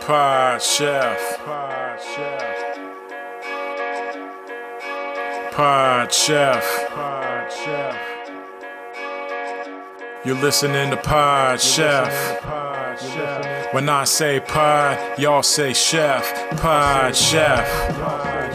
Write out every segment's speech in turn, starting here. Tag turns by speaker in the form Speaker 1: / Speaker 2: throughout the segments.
Speaker 1: Pod Chef. Pod Chef. Pod Chef. Pod Chef. You're listening to Pod Chef. When I say pod, y'all say chef. Pod Chef.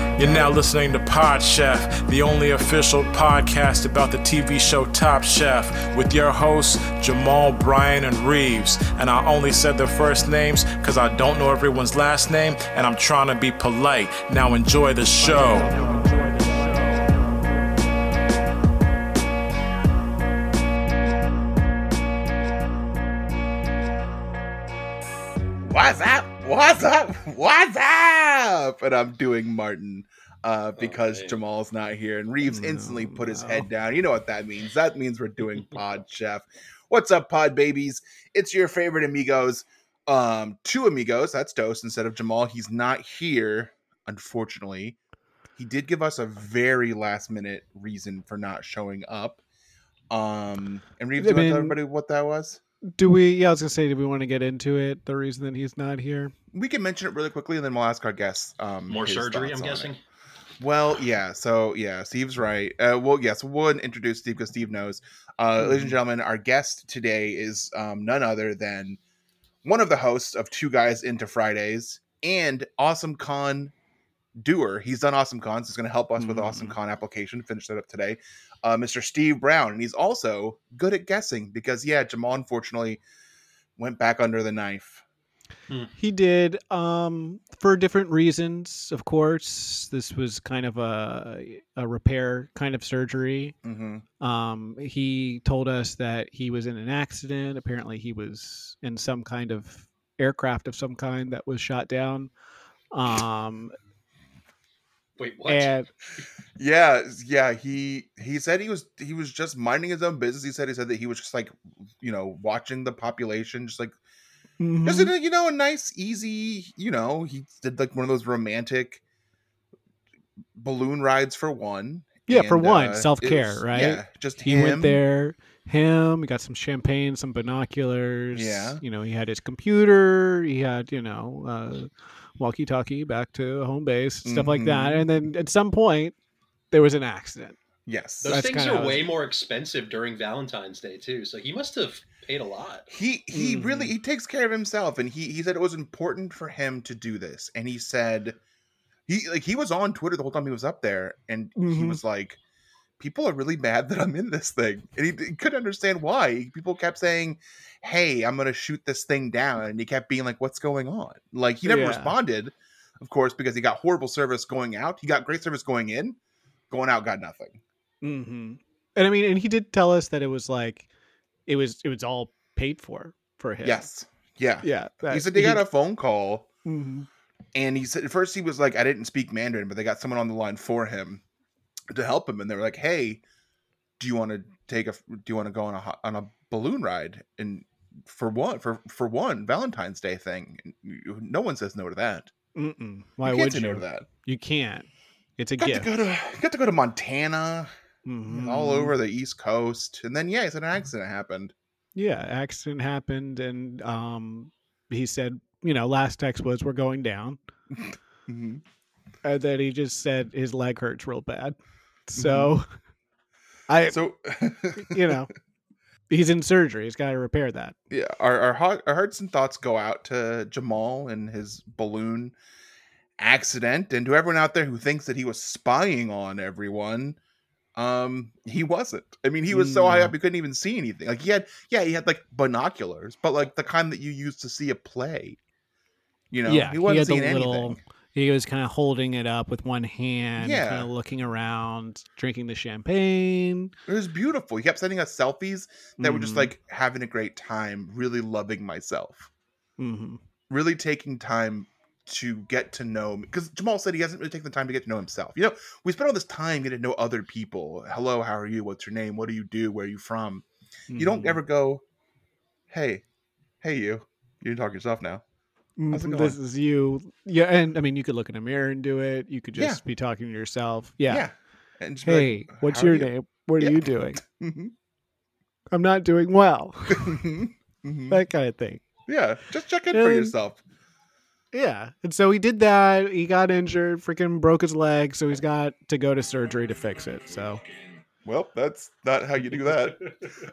Speaker 1: You're now listening to Pod Chef, the only official podcast about the TV show Top Chef, with your hosts Jamal, Bryan, and Reeves. And I only said their first names because I don't know everyone's last name, and I'm trying to be polite. Now enjoy the show.
Speaker 2: What's up? What's up? What's up? And I'm doing Martin uh, because
Speaker 3: man.
Speaker 2: Jamal's not here. And Reeves instantly put his
Speaker 1: no.
Speaker 2: head down. You know what that means. That means we're doing Pod Chef. What's up, Pod Babies? It's your favorite amigos. Um, two amigos. That's Dose instead of Jamal. He's not here, unfortunately. He did give us a very last minute reason for not showing up. Um, and Reeves, do
Speaker 4: I
Speaker 2: you want to
Speaker 4: mean-
Speaker 2: tell everybody what that was?
Speaker 4: Do we? Yeah, I was gonna say, do we want to get into it? The reason that he's not here.
Speaker 2: we can mention it really quickly and then we'll ask our guests um
Speaker 3: More
Speaker 2: his
Speaker 3: surgery,
Speaker 2: thoughts
Speaker 3: I'm
Speaker 2: on it.
Speaker 3: guessing.
Speaker 2: well yeah so yeah steve's right uh well yes we'll introduce steve because steve knows uh
Speaker 3: Mm-hmm.
Speaker 2: ladies and gentlemen our guest today is um none other than one of the hosts of two guys into fridays and awesome con doer he's done awesome con so he's going to help us with
Speaker 4: Mhm.
Speaker 2: awesome
Speaker 3: Mm-hmm.
Speaker 2: con application finish that up today uh mr steve brown and he's also good at guessing because yeah jamal unfortunately went back under the knife
Speaker 3: Mm-hmm.
Speaker 4: He did um, for different reasons, of course. This was kind of a a repair kind of surgery.
Speaker 2: hmm
Speaker 4: Um, he told us that he was in an accident. Apparently, he was in some kind of aircraft of some kind that was shot down. Um,
Speaker 3: Wait, what?
Speaker 4: and
Speaker 2: Yeah, yeah. He he said he was he was just minding his own business. He said he said that he was just like you know watching the population, just like just
Speaker 4: Mm-hmm.
Speaker 2: in a, you know a nice easy you know he did like one of those romantic balloon rides for one. uh,
Speaker 4: Yeah, for one,
Speaker 2: it
Speaker 4: self-care,
Speaker 2: was-
Speaker 4: right?
Speaker 2: Yeah, just
Speaker 4: he
Speaker 2: him.
Speaker 4: went there him he got some champagne some binoculars
Speaker 2: Yeah.
Speaker 4: you know he had his computer he had you know uh walkie talkie back to home base stuff like
Speaker 2: Mm-hmm.
Speaker 4: that and then at some point there was an accident
Speaker 2: Yes,
Speaker 3: Those
Speaker 4: That's
Speaker 3: things
Speaker 4: kinda
Speaker 3: are
Speaker 4: how
Speaker 3: way more expensive during Valentine's Day too, so he must have paid a lot.
Speaker 2: he he really
Speaker 4: Mhm.
Speaker 2: he takes care of himself and he he said it was important for him to do this and he said he like he was on twitter the whole time he was up there and he
Speaker 4: Mhm.
Speaker 2: was like people are really mad that i'm in this thing and he, he couldn't understand why people kept saying hey i'm gonna shoot this thing down and he kept being like what's going on like he never
Speaker 4: Yeah.
Speaker 2: responded of course because he got horrible service going out he got great service going in going out got nothing
Speaker 4: mm-hmm. and i mean and he did tell us that it was like it was it was all paid for for him
Speaker 2: yes yeah,
Speaker 4: yeah
Speaker 2: he
Speaker 4: that-
Speaker 2: said they got a phone call
Speaker 4: Mhm.
Speaker 2: and he said at first he was like i didn't speak mandarin but they got someone on the line for him to help him and they were like hey do you want to take a do you want to go on a ho- on a balloon ride and for one for for one valentine's day thing And you- no one says no to that
Speaker 4: Mm-mm. why
Speaker 2: you can't
Speaker 4: would
Speaker 2: say no
Speaker 4: you
Speaker 2: to that
Speaker 4: you can't it's a
Speaker 2: got
Speaker 4: gift
Speaker 2: to go to got to go to montana
Speaker 4: Mhm.
Speaker 2: all over the east coast and then yeah he said an accident happened
Speaker 4: yeah accident happened and um he said you know last text was we're going down Mm-hmm.
Speaker 2: Mhm.
Speaker 4: and then he just said his leg hurts real bad so i
Speaker 2: Mm-hmm. so
Speaker 4: you know he's in surgery he's got to repair that
Speaker 2: yeah, our our, hea- our hearts and thoughts go out to Jamal and his balloon accident, and to everyone out there who thinks that he was spying on everyone. Um, he wasn't. I mean, he was so high
Speaker 4: No.
Speaker 2: up he couldn't even see anything. Like he had, yeah, he had like binoculars, but like the kind that you use to see a play. You know,
Speaker 4: Yeah,
Speaker 2: he
Speaker 4: he
Speaker 2: wasn't
Speaker 4: had the
Speaker 2: seeing anything.
Speaker 4: little- he was kind of holding it up with one hand
Speaker 2: Yeah.
Speaker 4: kind of looking around drinking the champagne
Speaker 2: It was beautiful. He kept sending us selfies that were just
Speaker 4: Mhm.
Speaker 2: like having a great time, really loving myself.
Speaker 4: Mhm.
Speaker 2: really taking time to get to know because Jamal said he hasn't really taken the time to get to know himself. You know, we spend all this time getting to know other people. Hello, how are you? What's your name? What do you do? Where are you from? You don't
Speaker 4: Mhm.
Speaker 2: ever go, hey, hey, you, you can talk to yourself now. How's it going?
Speaker 4: Mm, This is you. Yeah, and I mean, you could look in a mirror and do it. You could
Speaker 2: Yeah.
Speaker 4: just be talking to yourself. Yeah.
Speaker 2: And just be like,
Speaker 4: Hey, what's
Speaker 2: "How are
Speaker 4: your
Speaker 2: you?"
Speaker 4: name? What are
Speaker 2: Yeah.
Speaker 4: you doing?
Speaker 2: Mhm.
Speaker 4: I'm not doing well.
Speaker 2: Mhm. Mhm.
Speaker 4: that kind of thing.
Speaker 2: yeah, just check in for
Speaker 4: And-
Speaker 2: yourself.
Speaker 4: Yeah. And so he did that. He got injured, freaking broke his leg. So he's got to go to surgery to fix it. So
Speaker 2: Well, that's not how you do that.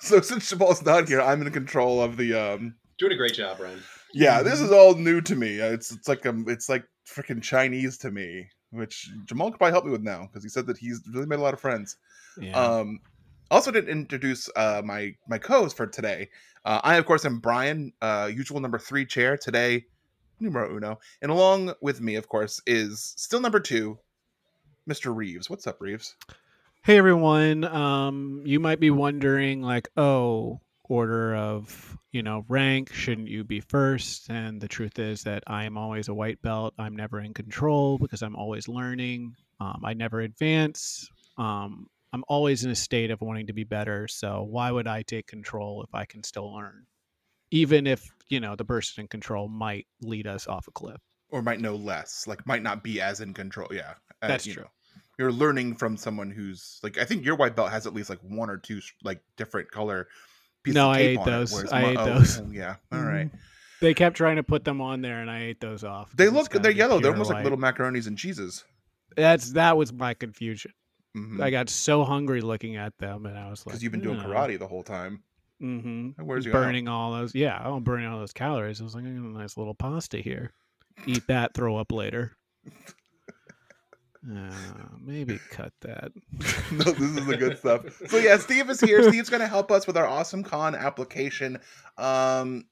Speaker 2: so since Jamal's not here, I'm in control of the um
Speaker 3: Doing a great job, Ryan.
Speaker 2: Yeah, this is all new to me. Uh, It's it's like um it's like freaking Chinese to me, which Jamal could probably help me with now because he said that he's really made a lot of friends.
Speaker 4: yeah.
Speaker 2: Um, also didn't introduce uh my my co-host for today. Uh, I of course am Brian, uh, usual number three chair today, numero uno, and along with me of course is still number two, Mister Reeves. What's up, Reeves?
Speaker 4: hey everyone. Um, you might be wondering, like, oh, order of you know rank, shouldn't you be first? And the truth is that I am always a white belt. I'm never in control because I'm always learning. Um, I never advance. Um, I'm always in a state of wanting to be better. So why would I take control if I can still learn? Even if you know the person in control might lead us off a cliff.
Speaker 2: Or might know less, like might not be as in control. Yeah, uh,
Speaker 4: That's
Speaker 2: you
Speaker 4: true.
Speaker 2: know. you're learning from someone who's like I think your white belt has at least like one or two like different color pieces
Speaker 4: No,
Speaker 2: of
Speaker 4: I
Speaker 2: tape
Speaker 4: ate
Speaker 2: on it,
Speaker 4: those.
Speaker 2: whereas
Speaker 4: I
Speaker 2: mo-
Speaker 4: ate
Speaker 2: oh,
Speaker 4: those. Mm-hmm.
Speaker 2: oh, yeah. All right.
Speaker 4: They kept trying to put them on there, and I ate those off.
Speaker 2: They
Speaker 4: 'cause it's
Speaker 2: look
Speaker 4: gotta
Speaker 2: they're
Speaker 4: be
Speaker 2: yellow. They're
Speaker 4: pure
Speaker 2: almost like
Speaker 4: white.
Speaker 2: little macaronis and cheeses.
Speaker 4: That's that was my confusion.
Speaker 2: Because
Speaker 4: I got so hungry looking at them, and I was like,
Speaker 2: Hmm. you've been doing
Speaker 4: "No."
Speaker 2: karate the whole time.
Speaker 4: Mhm.
Speaker 2: Where's your
Speaker 4: burning all those. Yeah, oh, I'm burning all those calories. I was like, I got a nice little pasta here. Eat that, throw up later. Uh, maybe cut that.
Speaker 2: no, this is the good stuff. So yeah, Steve is here. Steve's going to help us with our awesome con application. Um,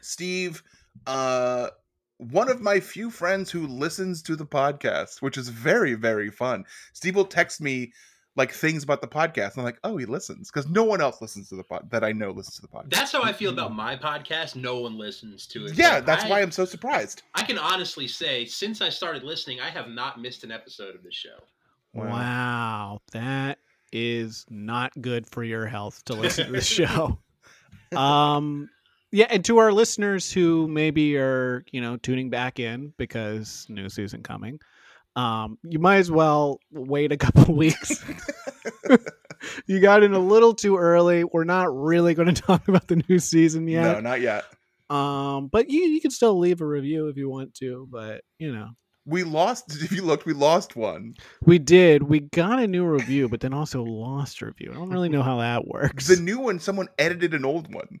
Speaker 2: Steve, uh, one of my few friends who listens to the podcast, which is very very fun. Steve will text me like things about the podcast. And I'm like, oh, he listens because no one else listens to the pod that I know listens to the podcast.
Speaker 3: That's how I feel about my podcast. No one listens to it.
Speaker 2: yeah,
Speaker 3: Like,
Speaker 2: that's
Speaker 3: I-
Speaker 2: why I'm so surprised.
Speaker 3: I can honestly say, since I started listening, I have not missed an episode of this show.
Speaker 4: Wow. that is not good for your health to listen to the show. um yeah, and to our listeners who maybe are, you know, tuning back in because new season coming, um, you might as well wait a couple weeks. you got in a little too early. We're not really going to talk about the new season
Speaker 2: No,
Speaker 4: yet.
Speaker 2: not yet.
Speaker 4: Um, but you you can still leave a review if you want to, but you know.
Speaker 2: We lost. If you looked, we lost one.
Speaker 4: We did. We got a new review, but then also lost a review. I don't really know how that works.
Speaker 2: The new one, someone edited an old one.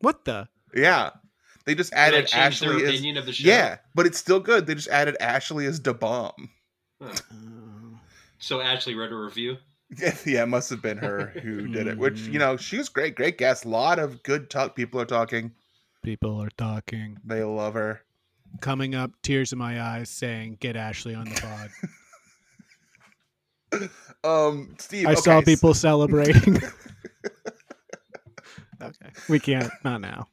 Speaker 4: what the?
Speaker 2: Yeah. They just
Speaker 3: And I
Speaker 2: added
Speaker 3: changed their
Speaker 2: Ashley as
Speaker 3: opinion of the show.
Speaker 2: Yeah, but it's still good. They just added Ashley as da bomb.
Speaker 4: Uh,
Speaker 3: So Ashley wrote a review.
Speaker 2: Yeah, yeah, it must have been her who did it. Which,
Speaker 4: Hmm.
Speaker 2: you know, she was great, great guest. A lot of good talk people are talking.
Speaker 4: people are talking.
Speaker 2: They love her.
Speaker 4: Coming up, tears in my eyes, saying, "Get Ashley on the pod."
Speaker 2: Um Steve
Speaker 4: I saw
Speaker 2: okay, so-
Speaker 4: people celebrating. okay, we can't. Not now.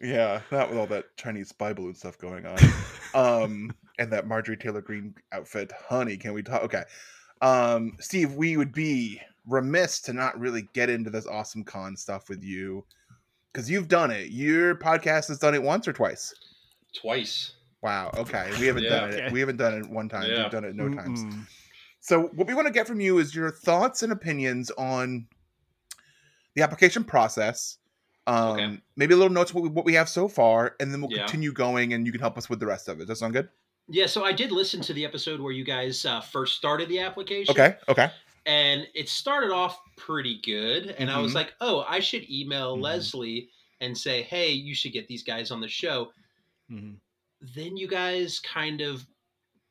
Speaker 2: Yeah, not with all that Chinese spy balloon stuff going on. um and that Marjorie Taylor Green outfit. Honey, can we talk okay. Um Steve, we would be remiss to not really get into this awesome con stuff with you. Cause you've done it. Your podcast has done it once or twice.
Speaker 3: Twice.
Speaker 2: Wow. Okay. We haven't
Speaker 3: Yeah.
Speaker 2: done it.
Speaker 4: Okay.
Speaker 2: We haven't done it one time.
Speaker 3: Yeah.
Speaker 2: We've done it no times.
Speaker 4: Mm-mm.
Speaker 2: So what we want to get from you is your thoughts and opinions on the application process. Um,
Speaker 3: Okay.
Speaker 2: Maybe a little notes what we, what we have so far, and then we'll
Speaker 3: Yeah.
Speaker 2: continue going, and you can help us with the rest of it. Does that sound good?
Speaker 3: Yeah, so I did listen to the episode where you guys uh, first started the application.
Speaker 2: Okay. Okay.
Speaker 3: And it started off pretty good. And I was
Speaker 2: Mhm.
Speaker 3: like, oh, I should email
Speaker 2: Mhm.
Speaker 3: Leslie and say, hey, you should get these guys on the show.
Speaker 4: Mhm.
Speaker 3: Then you guys kind of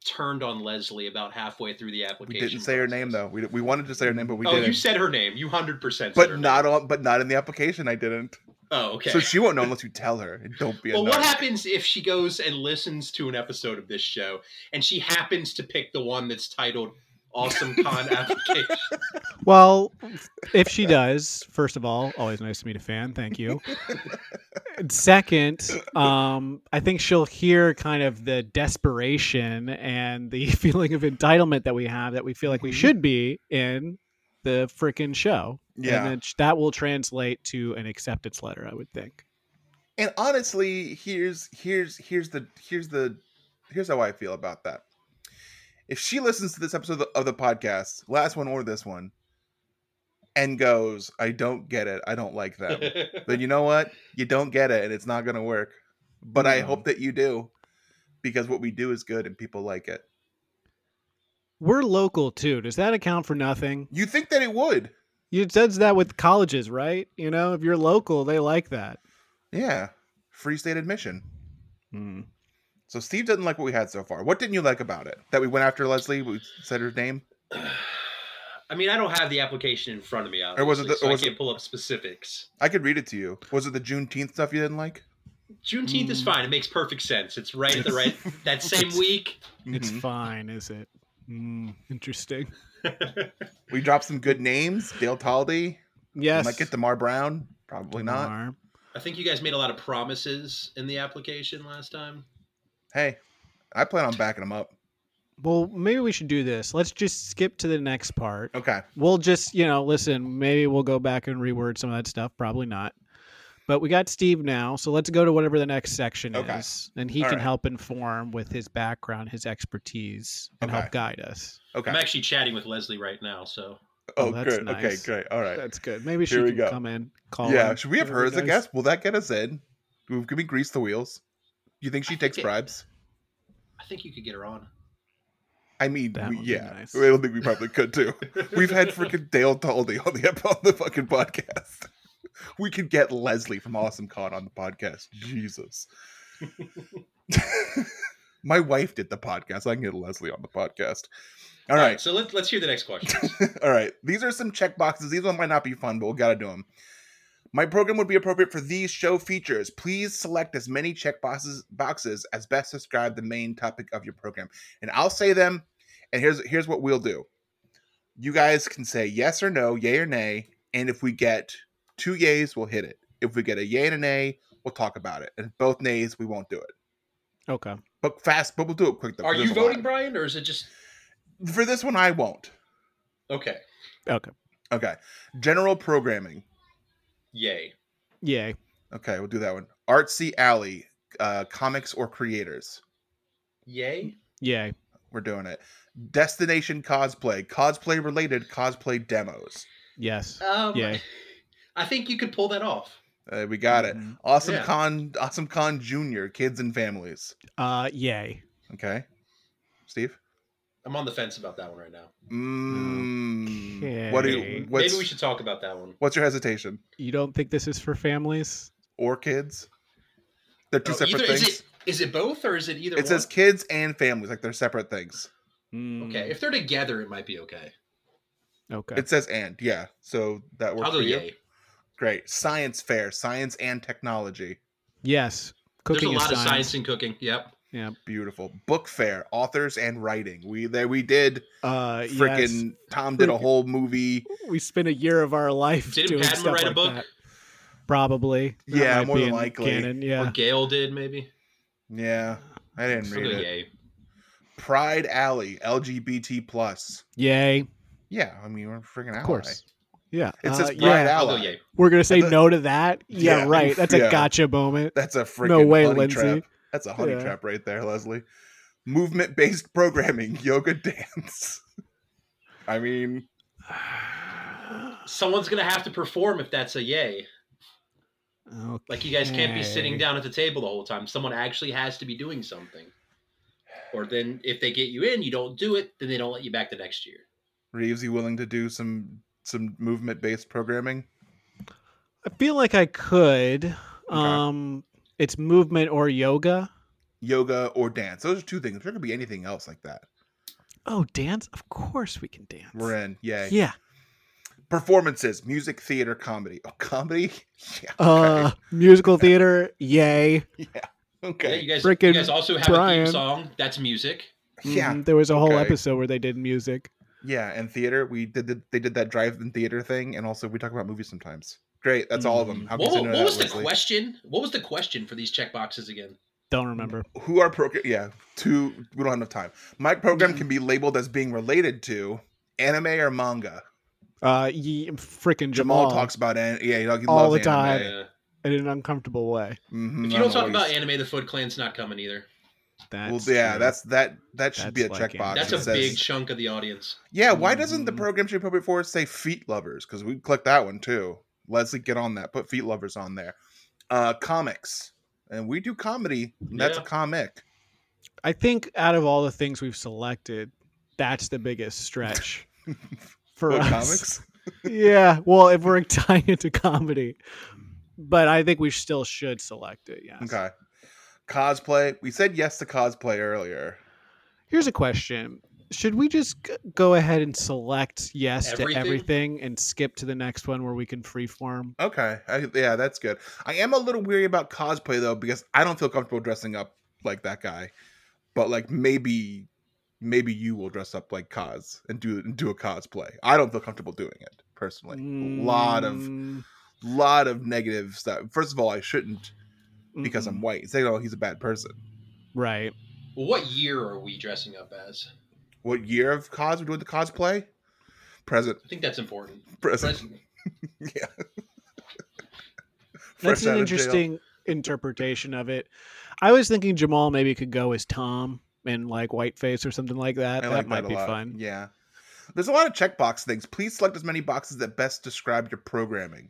Speaker 3: turned on Leslie about halfway through the
Speaker 2: We
Speaker 3: application.
Speaker 2: didn't say her
Speaker 3: process.
Speaker 2: name though. We, we wanted to say her name, but we
Speaker 3: oh,
Speaker 2: didn't.
Speaker 3: you said her name. You 100% said her
Speaker 2: but not
Speaker 3: name.
Speaker 2: on. But not in the application. I didn't.
Speaker 3: Oh, okay.
Speaker 2: So she won't know unless you tell her. And don't be. a
Speaker 3: well,
Speaker 2: nut.
Speaker 3: what happens if she goes and listens to an episode of this show and she happens to pick the one that's titled Awesome Con Application?
Speaker 4: Well, if she does, first of all, always nice to meet a fan. Thank you. And Second, um, I think she'll hear kind of the desperation and the feeling of entitlement that we have that we feel like we
Speaker 2: Mhm.
Speaker 4: should be in the freaking show.
Speaker 2: Yeah.
Speaker 4: And then sh- that will translate to an acceptance letter, I would think.
Speaker 2: And honestly, here's here's here's the here's the here's how I feel about that. If she listens to this episode of the, of the podcast, last one or this one, and goes, "I don't get it. I don't like them," then you know what? You don't get it, and it's not gonna work. But I
Speaker 4: No.
Speaker 2: hope that you do, because what we do is good, and people like it.
Speaker 4: We're local too. Does that account for nothing?
Speaker 2: You think that it would?
Speaker 4: You it does that with colleges, right? You know, if you're local, they like that.
Speaker 2: Yeah, free state admission. So Steve doesn't like what we had so far. What didn't you like about it? That we went after Leslie, we said her name.
Speaker 3: I mean, I don't have the application in front of me, obviously,
Speaker 2: was it the-
Speaker 3: so
Speaker 2: or was
Speaker 3: I
Speaker 2: it-
Speaker 3: can't pull up specifics.
Speaker 2: I could read it to you. Was it the Juneteenth stuff you didn't like?
Speaker 3: Juneteenth is
Speaker 4: Mm.
Speaker 3: fine. It makes perfect sense. It's right at the right that same week.
Speaker 4: It's
Speaker 2: Mhm.
Speaker 4: fine, is it? Mm, interesting.
Speaker 2: we dropped some good names. Dale Taldy.
Speaker 4: Yes.
Speaker 2: Might get Demar Brown. Probably not.
Speaker 4: Mar.
Speaker 3: I think you guys made a lot of promises in the application last time.
Speaker 2: Hey, I plan on backing him up.
Speaker 4: Well, maybe we should do this. Let's just skip to the next part.
Speaker 2: Okay.
Speaker 4: We'll just, you know, listen, maybe we'll go back and reword some of that stuff. Probably not. But we got Steve now, so let's go to whatever the next section
Speaker 2: Okay.
Speaker 4: is. And he
Speaker 2: All
Speaker 4: can
Speaker 2: right.
Speaker 4: help inform with his background, his expertise, and
Speaker 2: Okay.
Speaker 4: help guide us.
Speaker 2: Okay.
Speaker 3: I'm actually chatting with Leslie right now, so
Speaker 2: oh,
Speaker 4: Oh, that's
Speaker 2: good. Okay,
Speaker 4: nice.
Speaker 2: great. All right.
Speaker 4: That's good. Maybe she
Speaker 2: Here we
Speaker 4: can
Speaker 2: go.
Speaker 4: come in, call
Speaker 2: yeah.
Speaker 4: in.
Speaker 2: Should we have
Speaker 4: Whatever
Speaker 2: her as a
Speaker 4: guys-
Speaker 2: guest? Will that get us in? Do we- Can we grease the wheels? You think she
Speaker 3: I think
Speaker 2: takes
Speaker 3: it-
Speaker 2: bribes?
Speaker 3: I think you could get her on.
Speaker 2: I mean,
Speaker 4: That
Speaker 2: we,
Speaker 4: would be
Speaker 2: yeah.
Speaker 4: nice.
Speaker 2: I don't think we probably could too. We've had freaking Dale Taldy on the on the fucking podcast. We could get Leslie from Awesome Con on the podcast. Jesus. My wife did the podcast. I can get Leslie on the podcast. All
Speaker 3: All
Speaker 2: right.
Speaker 3: right, so let's let's hear the next question.
Speaker 2: All right. These are some check boxes. These ones might not be fun, but we got to do them. My program would be appropriate for these show features. Please select as many check boxes, boxes as best describe the main topic of your program. And I'll say them. And here's here's what we'll do. You guys can say yes or no, yay or nay. And if we get two yays, we'll hit it. If we get a yay and a nay, we'll talk about it. And both nays, we won't do it.
Speaker 4: Okay.
Speaker 2: But fast, but we'll do it quick though.
Speaker 3: Are
Speaker 2: 'cause
Speaker 3: you
Speaker 2: there's a lot.
Speaker 3: voting, Brian, or is it just
Speaker 2: for this one? I won't.
Speaker 3: okay?
Speaker 4: Okay.
Speaker 2: Okay. General programming.
Speaker 3: Yay.
Speaker 4: Yay.
Speaker 2: Okay, we'll do that one. Artsy Alley, uh, comics or creators.
Speaker 3: Yay?
Speaker 4: Yay.
Speaker 2: We're doing it. Destination cosplay, cosplay related cosplay demos.
Speaker 4: Yes.
Speaker 3: Um,
Speaker 4: Yay.
Speaker 3: I think you could pull that off.
Speaker 2: Uh, we got it.
Speaker 4: Mhm.
Speaker 2: Awesome
Speaker 3: Mm-hmm. Yeah.
Speaker 2: Con, Awesome Con Junior, kids and families.
Speaker 4: Uh, yay.
Speaker 2: Okay, Steve.
Speaker 3: I'm on the fence about that one right now.
Speaker 2: Mm, What do
Speaker 4: Okay.
Speaker 2: you? What's,
Speaker 3: Maybe we should talk about that one.
Speaker 2: what's your hesitation?
Speaker 4: You don't think this is for families?
Speaker 2: Or kids? They're two
Speaker 3: Oh,
Speaker 2: separate
Speaker 3: either-
Speaker 2: things.
Speaker 3: Is it is it both or is it either?
Speaker 2: It
Speaker 3: one?
Speaker 2: says kids and families, like they're separate things.
Speaker 3: okay. If they're together, it might be okay.
Speaker 4: Okay.
Speaker 2: It says and, yeah. So that works
Speaker 3: I'll go
Speaker 2: for you.
Speaker 3: yay.
Speaker 2: Great. Science fair, science and technology.
Speaker 4: yes. Cooking
Speaker 3: There's a lot
Speaker 4: is
Speaker 3: of science in cooking. Yep.
Speaker 2: Beautiful book fair, authors and writing. We there we did.
Speaker 4: Uh, yes.
Speaker 2: Freaking Tom did a whole movie.
Speaker 4: we spent a year of our life
Speaker 3: Didn't
Speaker 4: doing
Speaker 3: Padma
Speaker 4: stuff
Speaker 3: write a
Speaker 4: like
Speaker 3: book?
Speaker 4: that. Probably. That
Speaker 2: Yeah,
Speaker 4: might
Speaker 2: more
Speaker 4: be
Speaker 2: than
Speaker 4: in
Speaker 2: likely.
Speaker 4: Canon, yeah.
Speaker 3: Or Gail did maybe.
Speaker 2: Yeah, I didn't
Speaker 3: Still
Speaker 2: read
Speaker 3: go
Speaker 2: it.
Speaker 3: yay.
Speaker 2: Pride Alley, LGBT plus.
Speaker 4: Yay. Of
Speaker 2: Yeah, I mean we're freaking ally.
Speaker 4: course. Yeah.
Speaker 2: It
Speaker 4: uh,
Speaker 2: says Pride
Speaker 4: yeah.
Speaker 3: I'll go
Speaker 2: Ally.
Speaker 3: yay.
Speaker 4: We're going to say
Speaker 2: the-
Speaker 4: no to that. Yeah,
Speaker 2: Yeah.
Speaker 4: right. That's a
Speaker 2: Yeah.
Speaker 4: gotcha moment.
Speaker 2: That's a freaking
Speaker 4: No way,
Speaker 2: honey
Speaker 4: Lindsay.
Speaker 2: trap. That's a honey
Speaker 4: Yeah.
Speaker 2: trap right there, Leslie. Movement based programming, yoga dance. I mean,
Speaker 3: Someone's gonna have to perform if that's a yay. Like you guys can't be sitting
Speaker 4: Okay.
Speaker 3: down at the table the whole time. Someone actually has to be doing something. Or then if they get you in, you don't do it, then they don't let you back the next year.
Speaker 2: Reeves, you willing to do some some movement based programming?
Speaker 4: I feel like I could. Um, It's movement or yoga.
Speaker 2: Yoga or dance? Those are two things. There could be anything else like that.
Speaker 4: Oh, dance? Of course we can dance.
Speaker 2: We're in. Yay.
Speaker 4: Yeah.
Speaker 2: performances music theater comedy oh comedy yeah
Speaker 4: Uh,
Speaker 2: okay.
Speaker 4: musical theater. Yay.
Speaker 3: Yeah,
Speaker 2: okay
Speaker 3: you guys, you
Speaker 4: Frickin'
Speaker 3: guys also have a
Speaker 4: Brian.
Speaker 3: theme song. That's music.
Speaker 2: yeah
Speaker 4: Mhm, There was a whole
Speaker 2: Okay.
Speaker 4: episode where they did music.
Speaker 2: yeah and theater we did the, they did that drive-in theater thing and also we talk about movies sometimes great that's all of them
Speaker 4: Mhm.
Speaker 2: How
Speaker 3: What,
Speaker 2: could you
Speaker 3: wa-
Speaker 2: know
Speaker 3: Mm-hmm.
Speaker 2: that,
Speaker 3: what was the
Speaker 2: Leslie?
Speaker 3: question? What was the question for these check boxes again?
Speaker 4: Don't remember.
Speaker 2: who are program yeah two we
Speaker 3: Mm-hmm.
Speaker 2: don't have enough time my program can be labeled as being related to anime or manga
Speaker 4: Uh, ye, frickin'
Speaker 2: Jamal,
Speaker 4: Jamal,
Speaker 2: talks about an- yeah, he, he loves
Speaker 4: All the
Speaker 2: anime.
Speaker 4: time.
Speaker 2: Uh,
Speaker 3: Yeah.
Speaker 4: in an uncomfortable way.
Speaker 2: Mhm, I
Speaker 3: If you don't
Speaker 2: know
Speaker 3: talk
Speaker 2: what
Speaker 3: about
Speaker 2: he's-
Speaker 3: anime, the Foot Clan's not coming either.
Speaker 2: well,
Speaker 4: That's
Speaker 2: yeah,
Speaker 4: true.
Speaker 2: that's that. That should be a
Speaker 4: That's like anime.
Speaker 2: checkbox.
Speaker 3: That's
Speaker 2: that
Speaker 3: a
Speaker 2: says-
Speaker 3: big chunk of the audience.
Speaker 2: Yeah, why doesn't the
Speaker 4: Mhm.
Speaker 2: program should appropriate for it say feet lovers? Because we click that one too. Leslie, get on that. Put feet lovers on there. Uh comics. And we do comedy. And that's a
Speaker 3: Yeah.
Speaker 2: comic.
Speaker 4: I think out of all the things we've selected, that's the biggest stretch for
Speaker 2: What, Oh,
Speaker 4: us.
Speaker 2: comics.
Speaker 4: yeah. Well, if we're tying it to comedy, but I think we still should select it. Yes.
Speaker 2: Okay. Cosplay. We said yes to cosplay earlier.
Speaker 4: Here's a question: Should we just g- go ahead and select yes
Speaker 3: Everything?
Speaker 4: to everything and skip to the next one where we can freeform?
Speaker 2: Okay. I, yeah, that's good. I am a little weary about cosplay though, because I don't feel comfortable dressing up like that guy. But like maybe maybe you will dress up like Cos and do and do a cosplay. I don't feel comfortable doing it personally. A lot of
Speaker 4: Mm,
Speaker 2: lot of negative stuff. First of all, I shouldn't because
Speaker 4: mm,
Speaker 2: I'm white. Second of all, he's a bad person.
Speaker 4: right.
Speaker 3: Well, what year are we dressing up as?
Speaker 2: What year of cos we doing the cosplay? Present,
Speaker 3: I think that's important.
Speaker 2: present.
Speaker 3: President.
Speaker 2: yeah.
Speaker 4: That's
Speaker 2: Fresh out
Speaker 4: an
Speaker 2: of jail.
Speaker 4: interesting interpretation of it. I was thinking Jamal maybe could go as Tom in like whiteface or something like that.
Speaker 2: I
Speaker 4: That
Speaker 2: like
Speaker 4: might
Speaker 2: a
Speaker 4: be
Speaker 2: lot.
Speaker 4: fun.
Speaker 2: Yeah. There's a lot of checkbox things. Please select as many boxes that best describe your programming.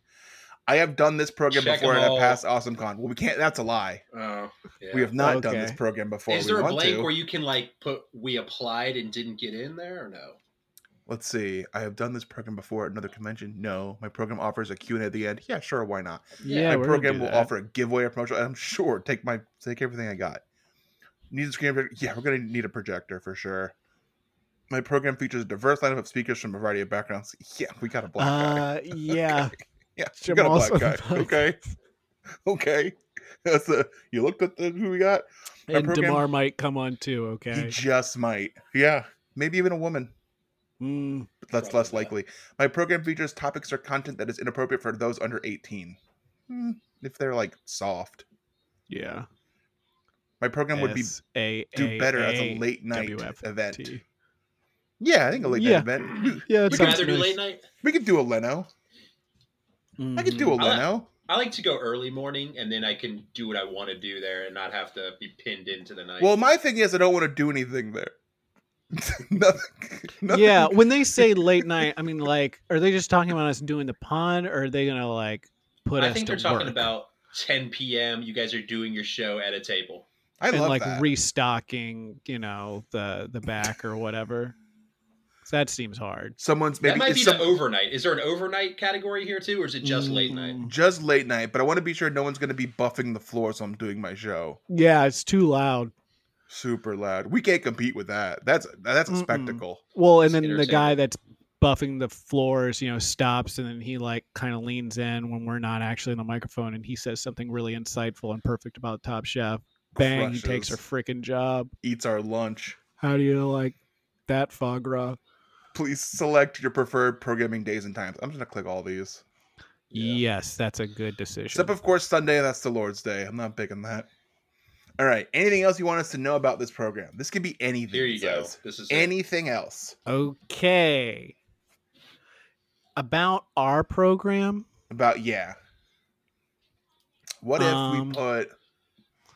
Speaker 2: I have done this program
Speaker 3: Check
Speaker 2: before
Speaker 3: 'em
Speaker 2: and I
Speaker 3: all.
Speaker 2: passed AwesomeCon. Well, we can't. That's a lie.
Speaker 3: Oh, yeah.
Speaker 2: We have not done this
Speaker 4: Okay.
Speaker 2: program before.
Speaker 3: Is
Speaker 2: we
Speaker 3: there a
Speaker 2: want
Speaker 3: blank
Speaker 2: to.
Speaker 3: where you can like put we applied and didn't get in there or no?
Speaker 2: Let's see. I have done this program before at another convention. No, my program offers a Q&A at the end. Yeah, sure. Why not?
Speaker 3: Yeah,
Speaker 4: Yeah,
Speaker 2: my
Speaker 4: we're gonna
Speaker 2: program
Speaker 4: do
Speaker 2: will
Speaker 4: that.
Speaker 2: offer a giveaway or promotion. I'm sure. Take my take everything I got. Need a screen projector? Yeah, we're gonna need a projector for sure. My program features a diverse lineup of speakers from a variety of backgrounds. Yeah, we got a black guy.
Speaker 4: Uh, yeah,
Speaker 2: Yeah, we got a
Speaker 4: Jamal's
Speaker 2: black guy.
Speaker 4: on the
Speaker 2: Okay, okay. That's a, you looked at the who we got. My
Speaker 4: and
Speaker 2: program-
Speaker 4: Demar might come on too.
Speaker 2: He
Speaker 4: Okay,
Speaker 2: just might. Yeah, maybe even a woman.
Speaker 4: Mm,
Speaker 2: But that's
Speaker 3: Probably
Speaker 2: less
Speaker 3: not.
Speaker 2: likely. My program features topics or content that is inappropriate for those under 18. Hmm, if they're like soft,
Speaker 4: yeah,
Speaker 2: my program would be do better as a late night event.
Speaker 4: T.
Speaker 2: Yeah, I think a late
Speaker 4: Yeah.
Speaker 2: night event.
Speaker 4: Yeah, that
Speaker 3: Would you
Speaker 4: sounds
Speaker 3: rather do
Speaker 4: nice.
Speaker 3: late night?
Speaker 2: We could do a Leno. I could do a
Speaker 4: Mhm.
Speaker 3: I like-
Speaker 2: Leno.
Speaker 3: I like to go early morning and then I can do what I want to do there and not have to be pinned into the night.
Speaker 2: Well, my thing is I don't want to do anything there. nothing, nothing.
Speaker 4: Yeah, when they say late night, I mean, like, are they just talking about us doing the pond, or are they gonna like put
Speaker 3: I
Speaker 4: us
Speaker 3: think
Speaker 4: to
Speaker 3: they're talking
Speaker 4: work
Speaker 3: about 10 p.m. You guys are doing your show at a table.
Speaker 2: I
Speaker 4: and
Speaker 2: love
Speaker 4: like
Speaker 2: that.
Speaker 4: restocking, you know, the the back or whatever? So that seems hard.
Speaker 2: Someone's maybe
Speaker 3: that might
Speaker 2: it's
Speaker 3: be
Speaker 2: some-
Speaker 3: the overnight. Is there an overnight category here too, or is it just late night?
Speaker 4: Mm.
Speaker 2: just late night, but I want to be sure no one's going to be buffing the floor, so I'm doing my show
Speaker 4: Yeah, it's too loud.
Speaker 2: super loud. We can't compete with that. That's a, that's a
Speaker 4: Mm-mm.
Speaker 2: spectacle.
Speaker 4: Well, and
Speaker 3: It's
Speaker 4: then the guy that's buffing the floors, you know, stops and then he like kind of leans in when we're not actually in the microphone and he says something really insightful and perfect about Top Chef. Bang, he takes her
Speaker 2: Crushes.
Speaker 4: freaking job.
Speaker 2: Eats our lunch.
Speaker 4: How do you like that foie gras?
Speaker 2: Please select your preferred programming days and times. I'm just going to click all these.
Speaker 4: Yes, that's a good decision.
Speaker 2: Except, of course, Sunday, that's the Lord's Day. I'm not big on that. All right. Anything else you want us to know about this program? This could be anything.
Speaker 3: Here
Speaker 2: it
Speaker 3: you go.
Speaker 2: says.
Speaker 3: This is it.
Speaker 2: Anything else?
Speaker 4: okay. About our program,
Speaker 2: About, yeah. What if
Speaker 4: Um,
Speaker 2: we put.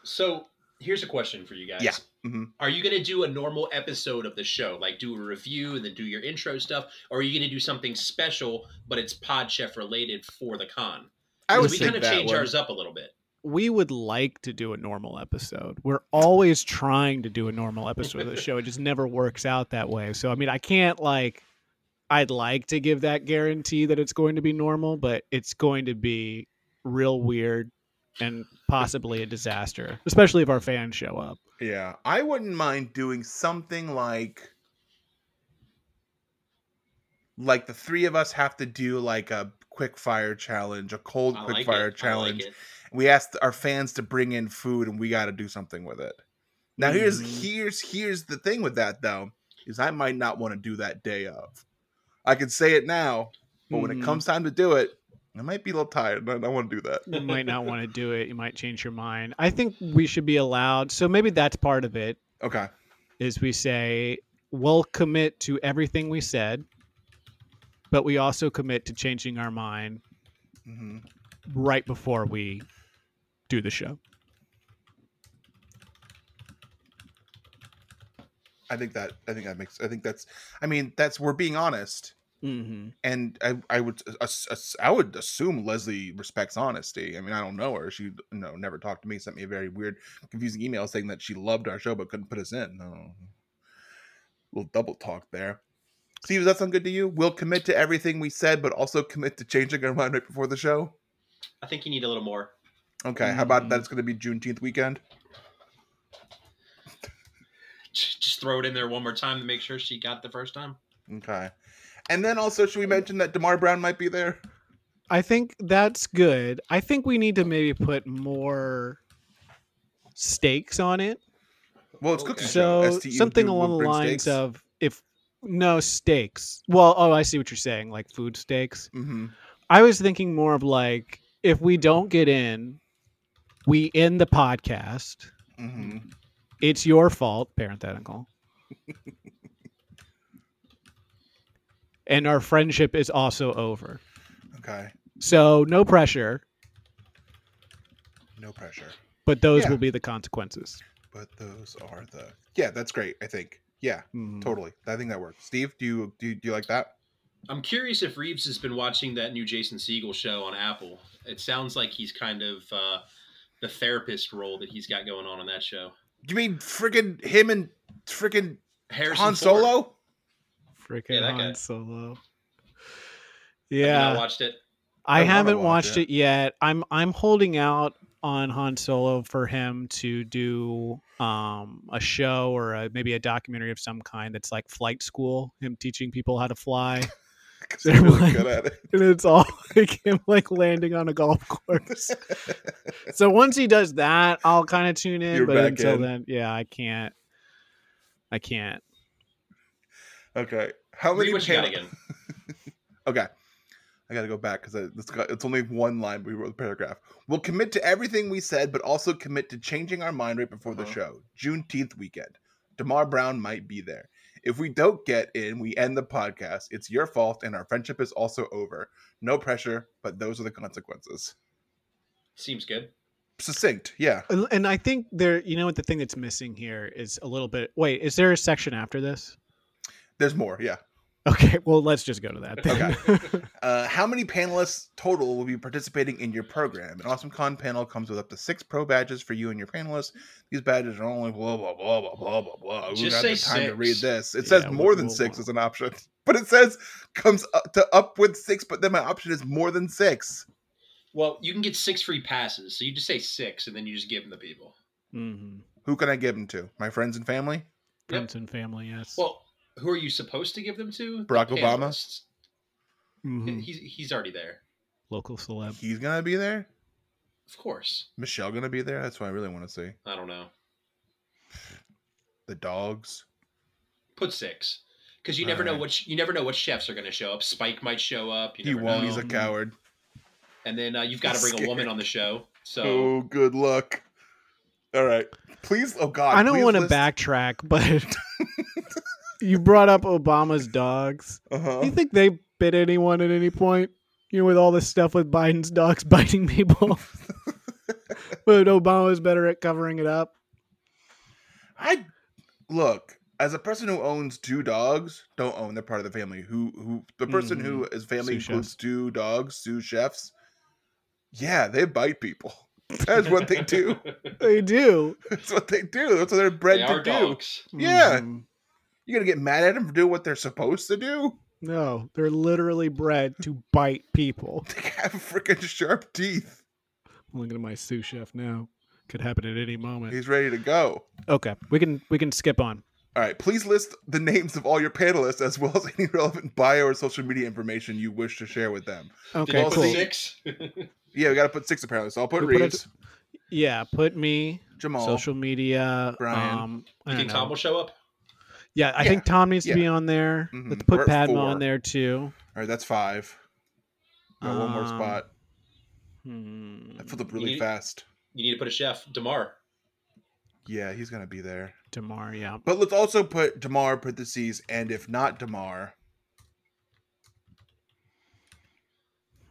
Speaker 3: So here's a question for you guys.
Speaker 2: Yeah. Mhm.
Speaker 3: Are you going to do a normal episode of the show, like do a review and then do your intro stuff, or are you going to do something special but it's Pod Chef related for the con?
Speaker 2: I
Speaker 3: Because
Speaker 2: would
Speaker 3: we
Speaker 2: think
Speaker 3: kinda
Speaker 2: that
Speaker 3: change
Speaker 2: one.
Speaker 3: ours up a little bit.
Speaker 4: we would like to do a normal episode. We're always trying to do a normal episode of the show. It just never works out that way. So I mean, I can't like I'd like to give that guarantee that it's going to be normal, but it's going to be real weird and possibly a disaster, especially if our fans show up.
Speaker 2: Yeah. I wouldn't mind doing something like. Like the three of us have to do like a quick fire challenge, a cold
Speaker 3: I
Speaker 2: quick
Speaker 3: like
Speaker 2: fire
Speaker 3: it. I
Speaker 2: challenge.
Speaker 3: like it.
Speaker 2: we asked our fans to bring in food and we got to do something with it now here's
Speaker 4: Mhm.
Speaker 2: here's here's the thing with that though is i might not want to do that day of i could say it now but when it
Speaker 4: Mhm.
Speaker 2: comes time to do it i might be a little tired and i don't want to do that
Speaker 4: you might not want to do it. You might change your mind. I think we should be allowed. So maybe that's part of it.
Speaker 2: okay
Speaker 4: Is we say we'll commit to everything we said, but we also commit to changing our mind
Speaker 2: hmm
Speaker 4: right before we do the show.
Speaker 2: I think that I think that makes I think that's I mean that's we're being honest
Speaker 4: Mm-hmm.
Speaker 2: and I I would ass- ass- I would assume Leslie respects honesty. I mean I don't know her. She you know never talked to me. Sent me a very weird confusing email saying that she loved our show but couldn't put us in. No. Little double talk there. Steve, does that sound good to you? We'll commit to everything we said, but also commit to changing our mind right before the show.
Speaker 3: I think you need a little more.
Speaker 2: Okay, how about
Speaker 4: Mm.
Speaker 2: that? It's going to be Juneteenth weekend.
Speaker 3: J- Just throw it in there one more time to make sure she got the first time.
Speaker 2: Okay. And then also, should we mention that Damar Brown might be there?
Speaker 4: I think that's good. I think we need to maybe put more stakes on it.
Speaker 2: Well, it's
Speaker 3: Okay.
Speaker 2: cooking show.
Speaker 4: So
Speaker 2: STU
Speaker 4: something
Speaker 2: do-
Speaker 4: along the
Speaker 2: brings
Speaker 4: lines
Speaker 2: steaks.
Speaker 4: of if no stakes. Well, oh, I see what you're saying, like food stakes.
Speaker 2: Mhm.
Speaker 4: I was thinking more of like if we don't get in, we end the podcast.
Speaker 2: Mhm.
Speaker 4: It's your fault, parenthetical. and our friendship is also over.
Speaker 2: Okay.
Speaker 4: So no pressure,
Speaker 2: No pressure.
Speaker 4: but those
Speaker 2: Yeah.
Speaker 4: will be the consequences.
Speaker 2: But those are the. Yeah, that's great. I think. Yeah,
Speaker 3: Mm-hmm.
Speaker 4: Mm.
Speaker 2: totally. I think that works. Steve, do you do, you- do you like that?
Speaker 3: I'm curious if Reeves has been watching that new Jason Siegel show on Apple. It sounds like he's kind of uh, the therapist role that he's got going on on that show.
Speaker 2: You mean friggin' him and friggin'
Speaker 3: Harrison
Speaker 2: Han
Speaker 3: Ford.
Speaker 2: Solo?
Speaker 4: Freaking
Speaker 3: Yeah, that
Speaker 4: Han
Speaker 3: guy.
Speaker 4: Solo.
Speaker 3: Have you not
Speaker 4: Yeah,
Speaker 3: watched it.
Speaker 4: I,
Speaker 2: I wanna
Speaker 4: haven't
Speaker 2: watch
Speaker 4: watched
Speaker 2: it.
Speaker 4: it. yet. I'm I'm holding out on Han Solo for him to do um, a show or a, maybe a documentary of some kind that's like flight school, him teaching people how to fly,
Speaker 2: 'Cause
Speaker 4: They're
Speaker 2: he's really
Speaker 4: like-
Speaker 2: good at it.
Speaker 4: and it's all like him like landing on a golf course. so once he does that, I'll kind of tune in.
Speaker 2: You're
Speaker 4: but
Speaker 2: back
Speaker 4: until
Speaker 2: in.
Speaker 4: then, yeah, I can't. I can't.
Speaker 2: Okay. How many?
Speaker 3: Read what you got
Speaker 2: pan-
Speaker 3: again.
Speaker 2: Okay. I got to go back because it's only one line. We wrote the paragraph. We'll commit to everything we said, but also commit to changing our mind right before the
Speaker 3: Uh-huh.
Speaker 2: show. Juneteenth weekend. Damar Brown might be there. If we don't get in, we end the podcast. It's your fault, and our friendship is also over. No pressure, but those are the consequences.
Speaker 3: Seems good.
Speaker 2: Succinct, yeah.
Speaker 4: And- And I think there, you know what, the thing that's missing here is a little bit. Wait, is there a section after this?
Speaker 2: There's more, yeah.
Speaker 4: Okay, well, let's just go to that. Then.
Speaker 2: Uh, how many panelists total will be participating in your program? An Awesome Con panel comes with up to six pro badges for you and your panelists. These badges are only blah blah blah blah blah blah blah. We
Speaker 3: Just
Speaker 2: don't have
Speaker 3: say
Speaker 2: the time to
Speaker 3: six.
Speaker 2: read this. It
Speaker 4: Yeah,
Speaker 2: says
Speaker 4: we'll-
Speaker 2: more than
Speaker 4: we'll-
Speaker 2: six
Speaker 4: we'll-
Speaker 2: as an option, but it says comes up to up with six. But then my option is more than six.
Speaker 3: Well, you can get six free passes, so you just say six, and then you just give them to people.
Speaker 4: mm-hmm.
Speaker 2: Who can I give them to? My friends and family.
Speaker 4: Friends and family, yes.
Speaker 3: Well, who are you supposed to give them to? The
Speaker 2: Barack Obama? Hmm.
Speaker 3: panelists.
Speaker 4: Mhm.
Speaker 3: He's he's already there,
Speaker 4: local celeb.
Speaker 2: He's gonna be there.
Speaker 3: of course.
Speaker 2: Michelle gonna be there. That's what I really want to see.
Speaker 3: I don't know.
Speaker 2: The dogs.
Speaker 3: Put six, because you
Speaker 2: All
Speaker 3: never know
Speaker 2: right.
Speaker 3: what sh- you never know what chefs are going to show up. Spike might show up. You
Speaker 2: he
Speaker 3: never
Speaker 2: won't.
Speaker 3: Know.
Speaker 2: He's a
Speaker 4: know.
Speaker 2: coward.
Speaker 3: And then uh, you've got to
Speaker 2: He's
Speaker 3: bring a woman
Speaker 2: scared.
Speaker 3: on the show. So
Speaker 2: Oh, good luck. All right. Please. Oh God.
Speaker 4: I don't
Speaker 2: please
Speaker 4: want to
Speaker 2: list-
Speaker 4: backtrack, but you brought up Obama's dogs.
Speaker 2: Uh-huh.
Speaker 4: You think they bit anyone at any point? You know, with all this stuff with Biden's dogs biting people, but Obama's better at covering it up.
Speaker 2: I look as a person who owns two dogs, don't own. They're part of the family. Who who the person who is family
Speaker 4: Mm-hmm. Sous
Speaker 2: includes
Speaker 4: chefs.
Speaker 2: two dogs, two chefs. Yeah, they bite people. That's what they do.
Speaker 4: They do.
Speaker 2: That's what they do. That's what they're bred
Speaker 3: they
Speaker 2: to
Speaker 3: are
Speaker 2: do.
Speaker 3: dogs.
Speaker 2: Yeah.
Speaker 4: Mhm.
Speaker 2: You're gonna get mad at them for doing what they're supposed to do.
Speaker 4: No, they're literally bred to bite people.
Speaker 2: They have freaking sharp teeth.
Speaker 4: I'm looking at my sous chef now. Could happen at any moment.
Speaker 2: He's ready to go.
Speaker 4: Okay, we can we can skip on.
Speaker 2: All right, please list the names of all your panelists as well as any relevant bio or social media information you wish to share with them.
Speaker 3: Did
Speaker 4: Okay,
Speaker 3: you
Speaker 2: Well,
Speaker 3: put
Speaker 4: cool.
Speaker 2: see-
Speaker 3: Six.
Speaker 2: Yeah, we got to put six apparently. So I'll put
Speaker 4: We put
Speaker 2: Reeves,
Speaker 4: Yeah, put me
Speaker 2: Jamal,
Speaker 4: social media.
Speaker 2: Brian.
Speaker 4: Um, I
Speaker 3: You
Speaker 4: don't
Speaker 3: think Tom
Speaker 4: know.
Speaker 3: will show up?
Speaker 4: Yeah, I
Speaker 2: Yeah,
Speaker 4: think Tom needs
Speaker 2: yeah.
Speaker 4: to be on there.
Speaker 2: Mhm.
Speaker 4: Let's
Speaker 2: We're
Speaker 4: put
Speaker 2: at
Speaker 4: Padma
Speaker 2: four.
Speaker 4: on there too.
Speaker 2: All right, that's five. Got one more
Speaker 4: Um,
Speaker 2: spot.
Speaker 4: Hmm.
Speaker 2: That filled up really
Speaker 3: you-
Speaker 2: fast.
Speaker 3: You need to put a chef, Demar.
Speaker 2: Yeah, he's gonna be there.
Speaker 4: Damar, yeah.
Speaker 2: But let's also put Damar parentheses, and if not Damar,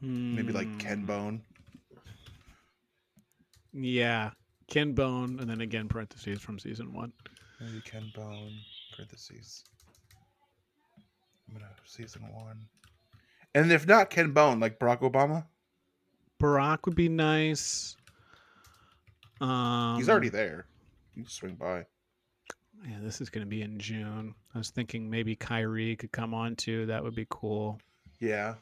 Speaker 2: Maybe
Speaker 4: Hmm.
Speaker 2: like Ken Bone.
Speaker 4: Yeah, Ken Bone, and then again parentheses from season one.
Speaker 2: Maybe Ken Bone, parentheses. I'm gonna season one. And if not Ken Bone, like Barack Obama,
Speaker 4: Barack would be nice. Um,
Speaker 2: he's already there. You can swing by.
Speaker 4: Yeah, this is going to be in June. I was thinking maybe Kyrie could come on too. That would be cool.
Speaker 2: Yeah.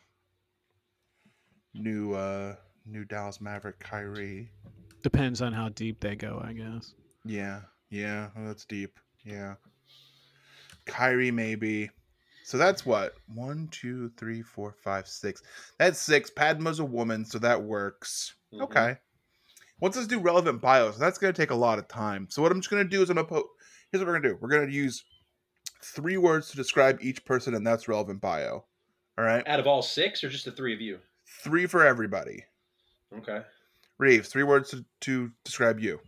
Speaker 2: New uh new Dallas Maverick Kyrie.
Speaker 4: Depends on how deep they go, I guess.
Speaker 2: Yeah. Yeah. Oh, that's deep. Yeah. Kyrie maybe. So that's what? One, two, three, four, five, six. That's six. Padma's a woman, so that works.
Speaker 3: Mhm.
Speaker 2: Okay. Once let's do relevant bios. That's gonna take a lot of time. So what I'm just gonna do is I'm gonna put here's what we're gonna do. We're gonna use three words to describe each person, and that's relevant bio. All right.
Speaker 3: Out of all six, or just the three of you?
Speaker 2: Three for everybody.
Speaker 3: Okay.
Speaker 2: Reeves, three words to, to describe you.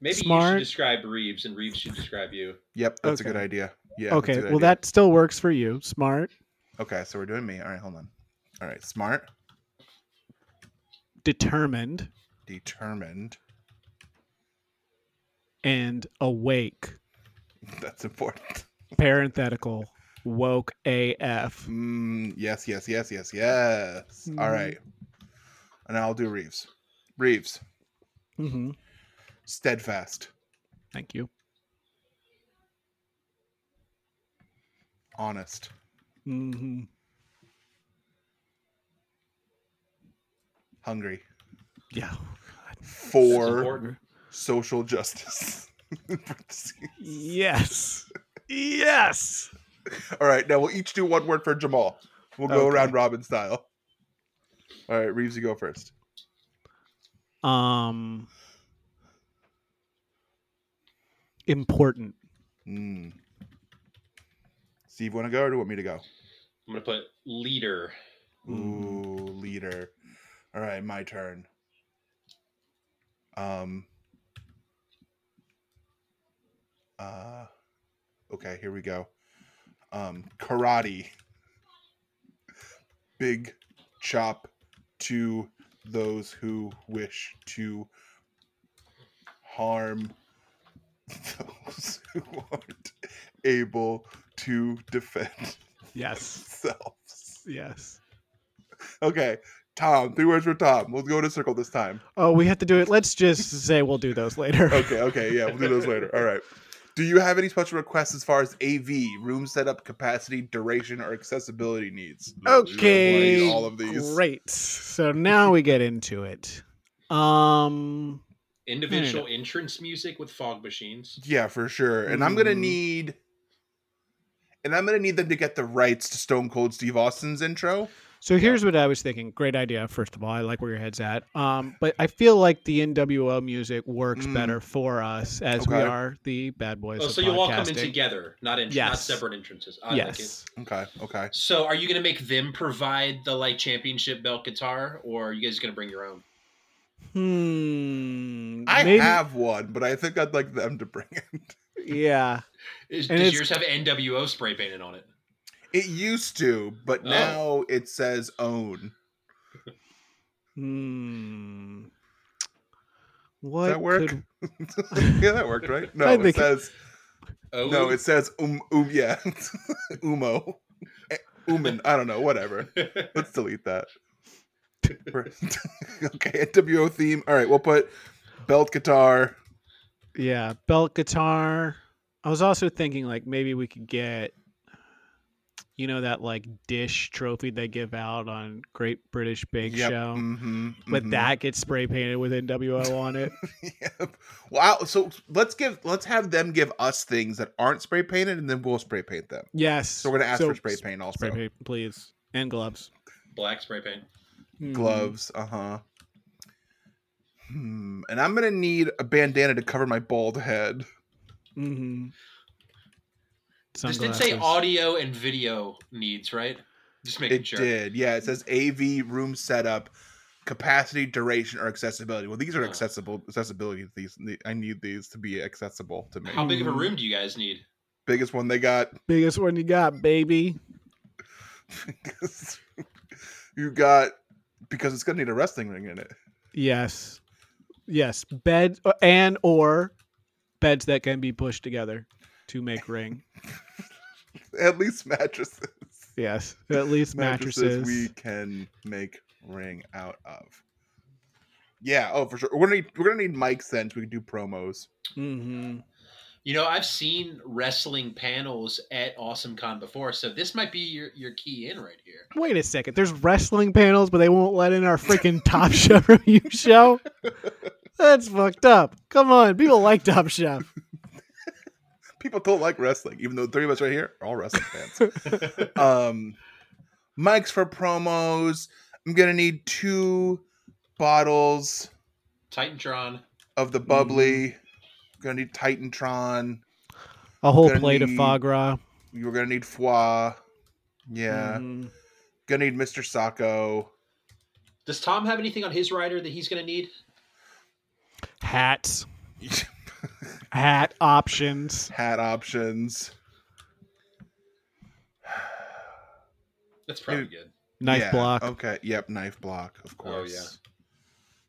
Speaker 3: Maybe you
Speaker 4: Smart.
Speaker 3: should describe Reeves, and Reeves should describe you.
Speaker 2: Yep, that's a
Speaker 4: Okay.
Speaker 2: good idea. Yeah. that's a
Speaker 4: okay,
Speaker 2: good
Speaker 4: well
Speaker 2: idea.
Speaker 4: that still works for you. Smart,
Speaker 2: Okay, so we're doing me. All right, hold on. All right, smart,
Speaker 4: determined,
Speaker 2: determined.
Speaker 4: and awake.
Speaker 2: That's important.
Speaker 4: Parenthetical, woke AF.
Speaker 2: Mm, yes, yes, yes, yes, yes. All
Speaker 4: Mm.
Speaker 2: right. And I'll do Reeves. Reeves,
Speaker 4: hmm
Speaker 2: steadfast,
Speaker 4: Thank you.
Speaker 2: honest,
Speaker 4: hmm
Speaker 2: hungry,
Speaker 4: Yeah.
Speaker 2: for
Speaker 3: important.
Speaker 2: social justice. Parentheses.
Speaker 4: Yes. yes.
Speaker 2: All right, now we'll each do one word for Jamal. We'll go
Speaker 4: Okay.
Speaker 2: around Robin style. All right, Reeves, you go first.
Speaker 4: Um. Important.
Speaker 2: Mm. Steve, want to go or do you want me to go?
Speaker 3: I'm gonna put leader.
Speaker 4: Mm.
Speaker 2: Ooh, leader. All right, my turn. Um. Uh. Okay, here we go. Um, karate. Big chop to those who wish to harm those who aren't able to defend
Speaker 4: Yes.
Speaker 2: themselves.
Speaker 4: Yes.
Speaker 2: Okay, Tom. Three words for Tom. Let's go in a circle this time.
Speaker 4: Oh, we have to do it. Let's just say we'll do those later.
Speaker 3: Oh,
Speaker 2: Okay, okay, yeah, we'll do those later. All right. Do you have any special requests as far as AV, room setup, capacity, duration, or accessibility needs?
Speaker 4: Okay.
Speaker 2: All of these.
Speaker 4: Great. So now we get into it. Um.
Speaker 3: Individual entrance music with fog machines.
Speaker 2: Yeah, for sure. And I'm gonna
Speaker 4: Mhm.
Speaker 2: need, and I'm gonna need them to get the rights to Stone Cold Steve Austin's intro.
Speaker 4: So here's what I was thinking. Great idea. First of all, I like where your head's at. Um, but I feel like the NWO music works
Speaker 2: Mm.
Speaker 4: better for us as we
Speaker 2: Okay.
Speaker 4: are the bad boys.
Speaker 3: Oh,
Speaker 4: of
Speaker 3: so you'll all come in
Speaker 4: podcasting.
Speaker 3: together, not in not
Speaker 4: Yes.
Speaker 3: separate entrances. I like it.
Speaker 4: Yes.
Speaker 2: Okay, okay.
Speaker 3: So are you gonna make them provide the like championship belt guitar, or are you guys gonna bring your own?
Speaker 4: Hmm.
Speaker 2: I
Speaker 4: maybe-
Speaker 2: have one, but I think I'd like them to bring it.
Speaker 4: Yeah.
Speaker 3: Is,
Speaker 4: And
Speaker 3: does
Speaker 4: it's-
Speaker 3: yours have NWO spray painted on it?
Speaker 2: It used to, but
Speaker 3: Oh.
Speaker 2: now it says own.
Speaker 4: Hmm. What
Speaker 2: that work?
Speaker 4: could-
Speaker 2: yeah, that worked, right? No,
Speaker 4: I
Speaker 2: it
Speaker 4: think-
Speaker 2: says
Speaker 3: Oh
Speaker 2: no, it says um um yeah, umo, Eh, uman. I don't know, whatever. Let's delete that. okay, NWO theme. All right, we'll put belt guitar.
Speaker 4: Yeah, belt guitar. I was also thinking like maybe we could get you know that like dish trophy they give out on Great British Bake Show.
Speaker 2: mhm,
Speaker 4: But
Speaker 2: mhm.
Speaker 4: that gets spray painted with NWO on it.
Speaker 2: Yep. Wow. So let's give let's have them give us things that aren't spray painted, and then we'll spray paint them.
Speaker 4: Yes.
Speaker 2: So we're gonna ask for spray paint also.
Speaker 4: Spray paint, please. And gloves.
Speaker 3: Black spray paint.
Speaker 4: Mhm.
Speaker 2: gloves. Uh huh. Hmm. And I'm gonna need a bandana to cover my bald head.
Speaker 4: Mhm.
Speaker 3: This did say
Speaker 4: Sunglasses.
Speaker 3: audio and video needs, right? Just making
Speaker 2: It
Speaker 3: sure.
Speaker 2: did. Yeah, it says AV room setup, capacity, duration, or accessibility. Well, these are
Speaker 3: Huh.
Speaker 2: accessible. Accessibility. These I need these to be accessible to me.
Speaker 3: How big of a
Speaker 4: Mhm.
Speaker 3: room do you guys need?
Speaker 2: Biggest one they got.
Speaker 4: Biggest one you got, baby.
Speaker 2: You got because it's gonna need a wrestling ring in it.
Speaker 4: Yes. Yes. Beds and or beds that can be pushed together to make ring.
Speaker 2: At least mattresses.
Speaker 4: Yes. At least mattresses.
Speaker 2: we can make ring out of. Yeah, oh for sure. We're gonna need, we're gonna need mics then so we can do promos.
Speaker 4: hmm
Speaker 3: You know, I've seen wrestling panels at AwesomeCon before, so this might be your, your key in right here.
Speaker 4: Wait a second. There's wrestling panels, but they won't let in our freaking Top Chef review show. That's fucked up. Come on, people like Top Chef.
Speaker 2: People don't like wrestling, even though the three of us right here are all wrestling fans. um mics for promos. I'm gonna need two bottles
Speaker 3: Titantron.
Speaker 2: of the bubbly.
Speaker 4: Mm.
Speaker 2: Gonna need Titantron.
Speaker 4: A whole
Speaker 2: Gonna
Speaker 4: plate of
Speaker 2: need-
Speaker 4: foie gras.
Speaker 2: You're gonna need foie. Yeah.
Speaker 4: Mhm.
Speaker 2: Gonna need Mr. Sacco.
Speaker 3: Does Tom have anything on his rider that he's going to need?
Speaker 4: Hats. Hat options.
Speaker 2: Hat options.
Speaker 3: That's probably good.
Speaker 4: Knife
Speaker 2: Yeah, Oh.
Speaker 4: block.
Speaker 2: Okay. Yep. Knife block. Of
Speaker 3: Oh,
Speaker 2: course.
Speaker 3: yeah.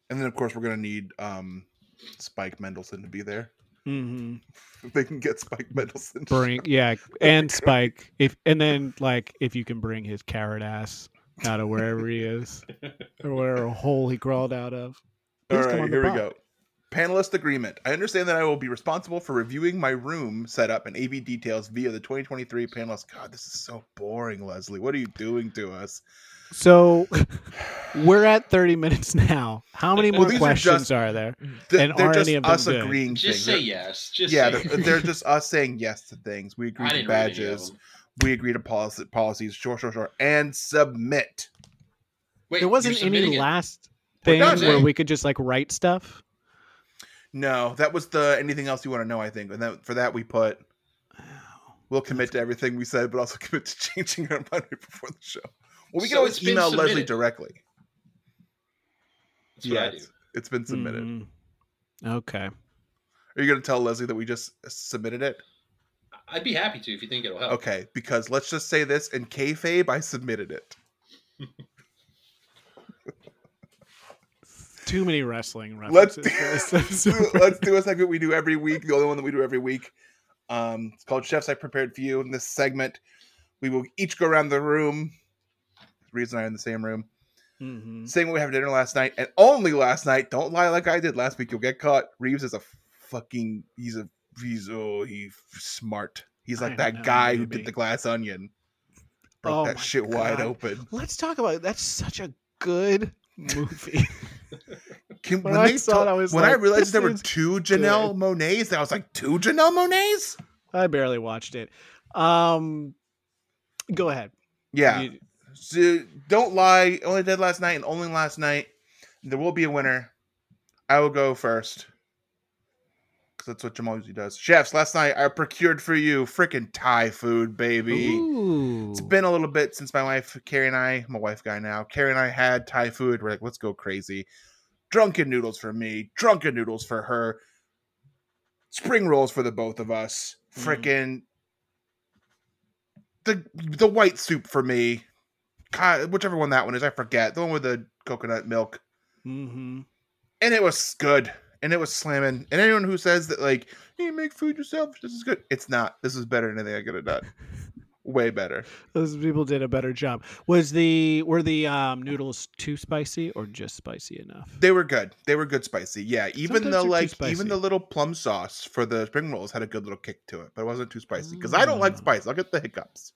Speaker 2: And then of course we're gonna need um Spike Mendelson to be there.
Speaker 4: hmm
Speaker 2: If they can get Spike Mendelson. to
Speaker 4: Bring yeah, and Spike. If and then like if you can bring his carrot ass out of wherever he is or whatever hole he crawled out of.
Speaker 2: All
Speaker 4: Please come
Speaker 2: right,
Speaker 4: on the
Speaker 2: here we
Speaker 4: pod.
Speaker 2: go. Panelist agreement. I understand that I will be responsible for reviewing my room setup and AV details via the 2023 panelist. God, this is so boring, Leslie. What are you doing to us?
Speaker 4: So we're at 30 minutes now. How many more
Speaker 2: these are
Speaker 4: questions are,
Speaker 2: just-
Speaker 4: there?
Speaker 2: Th-
Speaker 4: And
Speaker 2: they're
Speaker 4: are
Speaker 2: just
Speaker 4: any of them
Speaker 2: us
Speaker 4: good?
Speaker 2: agreeing.
Speaker 3: Just
Speaker 2: things.
Speaker 3: say
Speaker 2: They're-
Speaker 3: yes. Just
Speaker 2: Yeah,
Speaker 3: say
Speaker 2: they're, they're just us saying yes to things. We agree
Speaker 3: I
Speaker 2: to
Speaker 3: didn't read any of
Speaker 2: badges.
Speaker 3: them.
Speaker 2: We agree to policy, policies. Sure, sure, sure. And submit.
Speaker 3: Wait,
Speaker 4: there wasn't
Speaker 3: you're
Speaker 4: any
Speaker 3: submitting it.
Speaker 4: last
Speaker 2: We're
Speaker 4: thing
Speaker 2: done,
Speaker 4: where
Speaker 3: eh?
Speaker 4: we could just like write stuff.
Speaker 2: No, that was the anything else you want to know. I think, and that, for that we put. We'll commit to everything we said, but also commit to changing our mind right before the show. Well, we can
Speaker 3: So
Speaker 2: always
Speaker 3: it's been
Speaker 2: email Leslie
Speaker 3: submitted.
Speaker 2: directly.
Speaker 3: That's what I do.
Speaker 2: it's- it's been submitted.
Speaker 4: Mhm. Okay.
Speaker 2: Are you going to tell Leslie that we just submitted it?
Speaker 3: I'd be happy to if you think it'll help.
Speaker 2: Okay, because let's just say this in kayfabe, I submitted it.
Speaker 4: Too many wrestling
Speaker 2: Let's
Speaker 4: references.
Speaker 2: do, let's do
Speaker 4: for this episode.
Speaker 2: let's do a segment we do every week. The only one that we do every week. Um, it's called Chefs I Prepared for You. In this segment, we will each go around the room. Reason I are in the same room,
Speaker 4: Mhm.
Speaker 2: saying what we had for dinner last night, and only last night. Don't lie like I did last week. You'll get caught. Reeves is a fucking. He's a. He's oh, he's smart. He's
Speaker 4: I
Speaker 2: like
Speaker 4: know,
Speaker 2: that guy who
Speaker 4: newbie.
Speaker 2: did the glass onion. Broke
Speaker 4: Oh
Speaker 2: that
Speaker 4: my
Speaker 2: shit wide
Speaker 4: God.
Speaker 2: open.
Speaker 4: Let's talk about That's such a good movie.
Speaker 2: Can,
Speaker 4: When
Speaker 2: when
Speaker 4: I
Speaker 2: they
Speaker 4: saw it,
Speaker 2: told-
Speaker 4: I was
Speaker 2: when I
Speaker 4: like, "This
Speaker 2: realized there were
Speaker 4: is
Speaker 2: two Janelle Monets, I was like, two Janelle Monets?
Speaker 4: I barely watched it. Um go ahead.
Speaker 2: Yeah.
Speaker 4: You-
Speaker 2: So, don't lie. Only did last night and only last night. There will be a winner. I will go first. Because that's what Jamal usually does. Chefs, last night I procured for you freaking Thai food, baby.
Speaker 4: Ooh.
Speaker 2: It's been a little bit since my wife, Carrie, and I, my wife guy now, Carrie and I had Thai food. We're like, let's go crazy. Drunken noodles for me, drunken noodles for her, spring rolls for the both of us, frickin' the the white soup for me, Ki- whichever one that one is, I forget. The one with the coconut milk
Speaker 4: Mhm.
Speaker 2: and it was good and it was slamming and anyone who says that like you make food yourself this is good it's not this is better than anything i could have done way better
Speaker 4: Those people did a better job. Was the were the um, noodles too spicy or just spicy enough?
Speaker 2: they were good they were good spicy yeah even
Speaker 4: Sometimes
Speaker 2: though
Speaker 4: they're too
Speaker 2: like
Speaker 4: spicy.
Speaker 2: even the little plum sauce for the spring rolls had a good little kick to it but it wasn't too spicy because i don't like
Speaker 4: Mm.
Speaker 2: spice i'll get the hiccups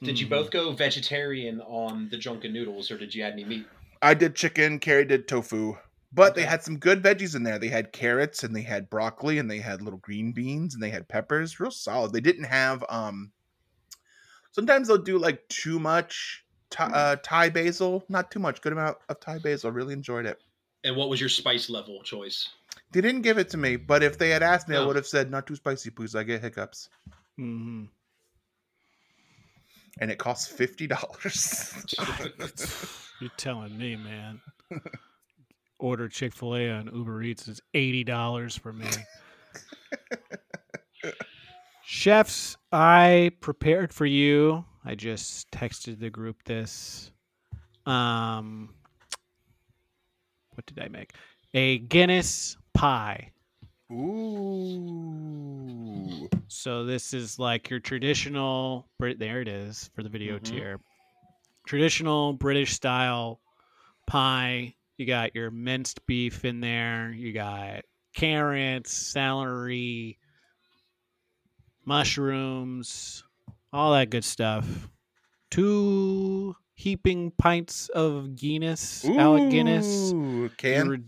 Speaker 3: Did you
Speaker 2: Hmm.
Speaker 4: Mhm.
Speaker 3: both go vegetarian on the drunken noodles, or did you add any meat?
Speaker 2: i did chicken carrie did tofu but they
Speaker 3: Okay.
Speaker 2: had some good veggies in there they had carrots and they had broccoli and they had little green beans and they had peppers real solid they didn't have um sometimes they'll do like too much Thai,
Speaker 3: Mm-hmm.
Speaker 2: uh, Thai basil, not too much. Good amount of Thai basil. Really enjoyed it.
Speaker 3: And what was your spice level choice?
Speaker 2: They didn't give it to me, but if they had asked me, I
Speaker 3: Oh.
Speaker 2: would have said not too spicy, please. I get hiccups,
Speaker 4: Mhm.
Speaker 2: and it costs fifty dollars.
Speaker 4: You're telling me, man. Order Chick Fil A on Uber Eats is eighty dollars for me. Chefs, I prepared for you. I just texted the group this. um, what did I make? A Guinness pie.
Speaker 2: Ooh.
Speaker 4: So this is like your traditional. Brit. There it is for the video
Speaker 3: Mhm.
Speaker 4: tier. Traditional British style pie. You got your minced beef in there. You got carrots, celery, mushrooms, all that good stuff. Two heaping pints of Guinness, Alec Guinness.
Speaker 2: Ooh,
Speaker 4: You
Speaker 2: Can
Speaker 4: were-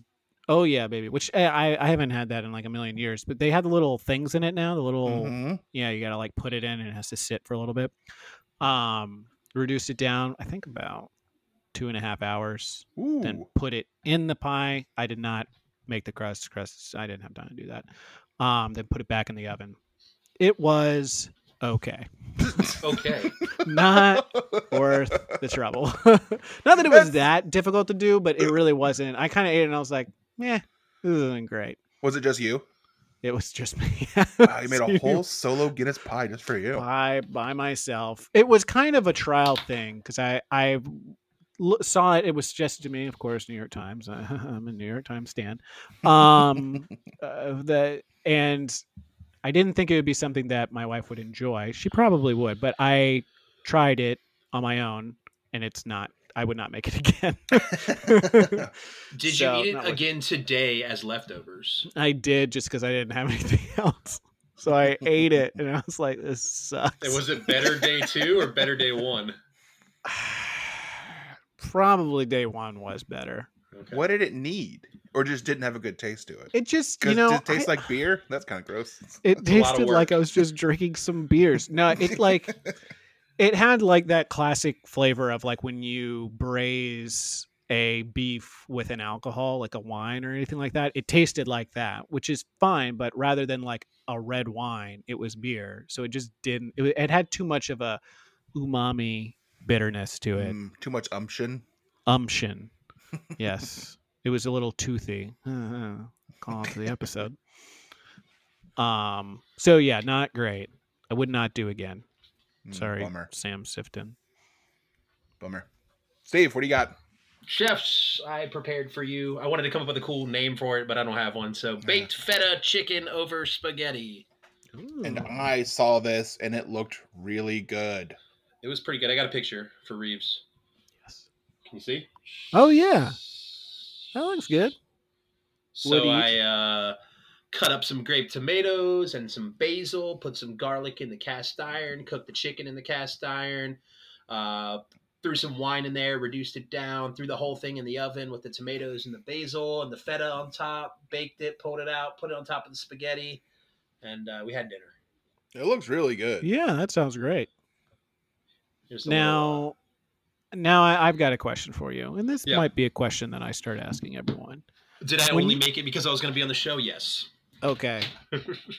Speaker 4: oh yeah, baby. Which eh, I I haven't had that in like a million years, but they had the little things in it now. The little
Speaker 2: Mhm.
Speaker 4: yeah, you gotta like put it in and it has to sit for a little bit. Um, reduced it down. I think about two and a half hours.
Speaker 2: Ooh.
Speaker 4: Then put it in the pie. I did not make the crust. Crust. I didn't have time to do that. Um, then put it back in the oven. It was okay.
Speaker 3: Okay.
Speaker 4: Not worth the trouble. Not that it
Speaker 2: That's-
Speaker 4: was that difficult to do, but it really wasn't. I kind of ate it and I was like, meh, this isn't great.
Speaker 2: Was it just you?
Speaker 4: It was just me.
Speaker 2: Wow, you made a
Speaker 4: Dude,
Speaker 2: whole solo Guinness pie just for you.
Speaker 4: by by myself. It was kind of a trial thing because I I l- saw it. It was suggested to me, of course, New York Times. I'm a New York Times stan. Um, uh, that and I didn't think it would be something that my wife would enjoy. She probably would, but I tried it on my own, and it's not. I would not make it again.
Speaker 3: Did
Speaker 4: So,
Speaker 3: you
Speaker 4: not
Speaker 3: eat it
Speaker 4: worth it.
Speaker 3: again today as leftovers?
Speaker 4: I did just because I didn't have anything else. So I ate it, and I was like, "This sucks."
Speaker 3: And was it better day two or better day one?
Speaker 4: probably day one was better.
Speaker 3: Okay.
Speaker 2: What did it need? Or just didn't have a good taste to it?
Speaker 4: It just,
Speaker 2: Because
Speaker 4: you know,
Speaker 2: did it taste
Speaker 4: I-
Speaker 2: like beer? That's kind of gross.
Speaker 4: it
Speaker 3: a lot of
Speaker 4: tasted like
Speaker 3: work.
Speaker 4: I was just drinking some beers. No, it like it had like that classic flavor of like when you braise a beef with an alcohol, like a wine or anything like that. It tasted like that, which is fine, but rather than like a red wine, it was beer. So it just didn't. It, it had too much of a umami bitterness to it.
Speaker 2: Mm, too much umption.
Speaker 4: umption. Yes, it was a little toothy. Call on to the episode. Um. So yeah, not great. I would not do again.
Speaker 2: Mm,
Speaker 4: Sorry,
Speaker 2: Bummer.
Speaker 4: Sam Sifton.
Speaker 2: Bummer. Steve, what do you got?
Speaker 3: Chefs, I prepared for you. I wanted to come up with a cool name for it, but I don't have one. So baked feta chicken over spaghetti.
Speaker 2: And I saw this and it looked really good.
Speaker 3: It was pretty good. I got a picture for Reeves.
Speaker 4: Yes.
Speaker 3: Can you see?
Speaker 4: Oh yeah, that looks good. What do
Speaker 3: So
Speaker 4: you-
Speaker 3: I uh, cut up some grape tomatoes and some basil, put some garlic in the cast iron, cooked the chicken in the cast iron, uh, threw some wine in there, reduced it down, threw the whole thing in the oven with the tomatoes and the basil and the feta on top, baked it, pulled it out, put it on top of the spaghetti, and uh, we had dinner.
Speaker 2: It looks really good.
Speaker 4: Yeah, that sounds great.
Speaker 3: Here's the little,
Speaker 4: Now, now I, I've got a question for you, and this
Speaker 3: Yeah.
Speaker 4: might be a question that I start asking everyone.
Speaker 3: uh, did I
Speaker 4: when
Speaker 3: only
Speaker 4: you-
Speaker 3: make it because I was going to be on the show? Yes.
Speaker 4: Okay.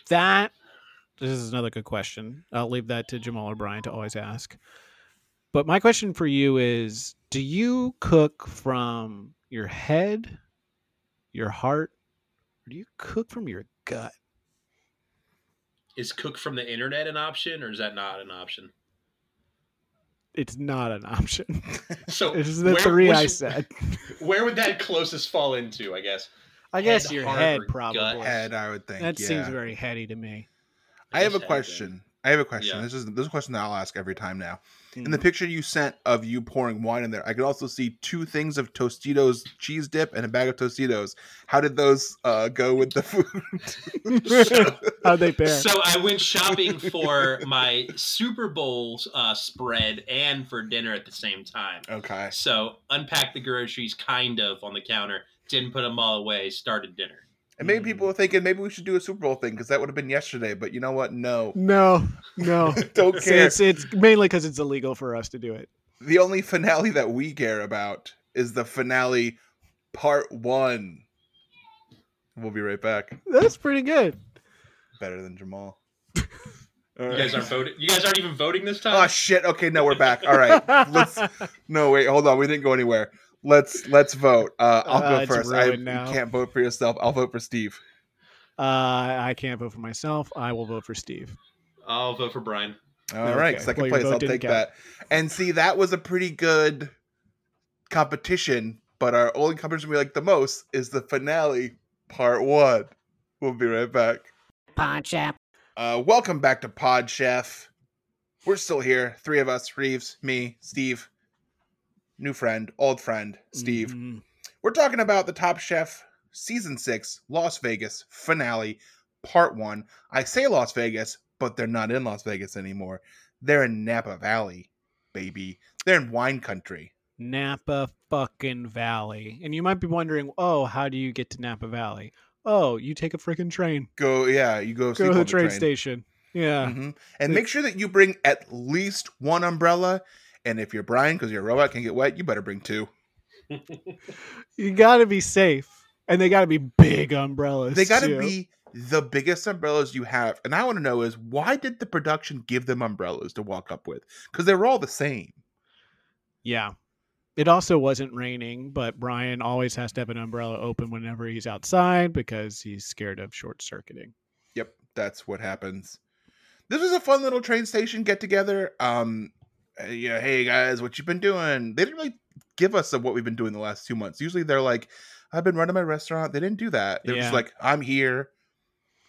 Speaker 4: that this is another good question. I'll leave that to Jamal or Brian to always ask. But my question for you is do you cook from your head, your heart, or do you cook from your gut?
Speaker 3: Is cook from the internet an option, or is that not an option?
Speaker 4: It's not an option.
Speaker 3: So
Speaker 4: It's the
Speaker 3: where-
Speaker 4: three I
Speaker 3: which-
Speaker 4: said.
Speaker 3: Where would that closest fall into? I guess.
Speaker 4: I
Speaker 3: Head,
Speaker 4: guess your
Speaker 3: heart,
Speaker 4: head
Speaker 3: or
Speaker 4: probably.
Speaker 3: gut?
Speaker 2: Head, I would think.
Speaker 4: That
Speaker 2: yeah.
Speaker 4: seems very heady to me.
Speaker 2: I have a
Speaker 3: Just head, yeah.
Speaker 2: question. I have a question.
Speaker 3: Yeah.
Speaker 2: This is this is a question that I'll ask every time now. In the
Speaker 4: Hmm.
Speaker 2: picture you sent of you pouring wine in there, I could also see two things of Tostitos cheese dip and a bag of Tostitos. How did those uh, go with the food?
Speaker 4: How'd they pair?
Speaker 3: So I went shopping for my Super Bowl uh, spread and for dinner at the same time.
Speaker 2: okay.
Speaker 3: So unpacked the groceries, kind of on the counter. Didn't put them all away. Started dinner.
Speaker 2: And maybe people were thinking maybe we should do a Super Bowl thing because that would have been yesterday. But you know what? No,
Speaker 4: no, no.
Speaker 2: don't
Speaker 4: So
Speaker 2: care.
Speaker 4: it's, it's mainly because it's illegal for us to do it.
Speaker 2: the only finale that we care about is the finale, part one. We'll be right back.
Speaker 4: That's pretty good.
Speaker 2: Better than Jamal.
Speaker 3: You guys aren't voting. You guys aren't even voting this time.
Speaker 2: Oh shit! Okay, no, we're back. All right, let's.
Speaker 4: Uh,
Speaker 2: No, wait, hold on. We didn't go anywhere. Let's let's vote. Uh, I'll
Speaker 4: Uh,
Speaker 2: go
Speaker 4: it's
Speaker 2: first. I
Speaker 4: ruined
Speaker 2: you
Speaker 4: now.
Speaker 2: can't vote for yourself. I'll vote for Steve.
Speaker 4: Uh, I can't vote for myself. I will vote for Steve.
Speaker 3: I'll vote for Brian.
Speaker 2: All Oh, right,
Speaker 4: Okay.
Speaker 2: second
Speaker 4: Well, your
Speaker 2: place.
Speaker 4: vote
Speaker 2: I'll
Speaker 4: didn't
Speaker 2: take
Speaker 4: count.
Speaker 2: that. And see, that was a pretty good competition, but our only competition we like the most is the finale, part one. We'll be right back.
Speaker 5: Pod Chef.
Speaker 2: Uh, welcome back to Pod Chef. We're still here, three of us: Reeves, me, Steve, new friend, old friend, Steve.
Speaker 4: Mhm.
Speaker 2: We're talking about the Top Chef season six, Las Vegas finale, part one. I say Las Vegas, but they're not in Las Vegas anymore. They're in Napa Valley, baby. They're in wine country.
Speaker 4: Napa fucking Valley. And you might be wondering, oh, how do you get to Napa Valley? Oh, you take a freaking train.
Speaker 2: Go, yeah, you go.
Speaker 4: Go
Speaker 2: sleep on
Speaker 4: to the train, station. Yeah.
Speaker 2: Mhm. And
Speaker 4: Like-
Speaker 2: make sure that you bring at least one umbrella. And if you're Brian, because your robot can get wet, you better bring two.
Speaker 4: You gotta be safe. And they gotta be big umbrellas.
Speaker 2: They got to
Speaker 4: too.
Speaker 2: be the biggest umbrellas you have. And I want to know is why did the production give them umbrellas to walk up with? Because they were all the same.
Speaker 4: Yeah. It also wasn't raining, but Brian always has to have an umbrella open whenever he's outside because he's scared of short circuiting.
Speaker 2: Yep, that's what happens. This was a fun little train station get together. Um, uh, yeah, hey guys, what you been doing? They didn't really give us of what we've been doing the last two months. Usually they're like, I've been running my restaurant. They didn't do that. They're
Speaker 4: Yeah.
Speaker 2: just like, I'm here.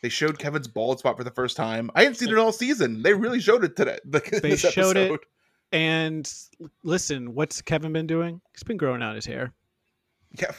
Speaker 2: They showed Kevin's bald spot for the first time. I hadn't seen it all season. They really showed it today. Like, in
Speaker 4: They
Speaker 2: this
Speaker 4: showed it.
Speaker 2: episode.
Speaker 4: And listen, what's Kevin been doing? He's been growing out his hair.
Speaker 2: Yeah.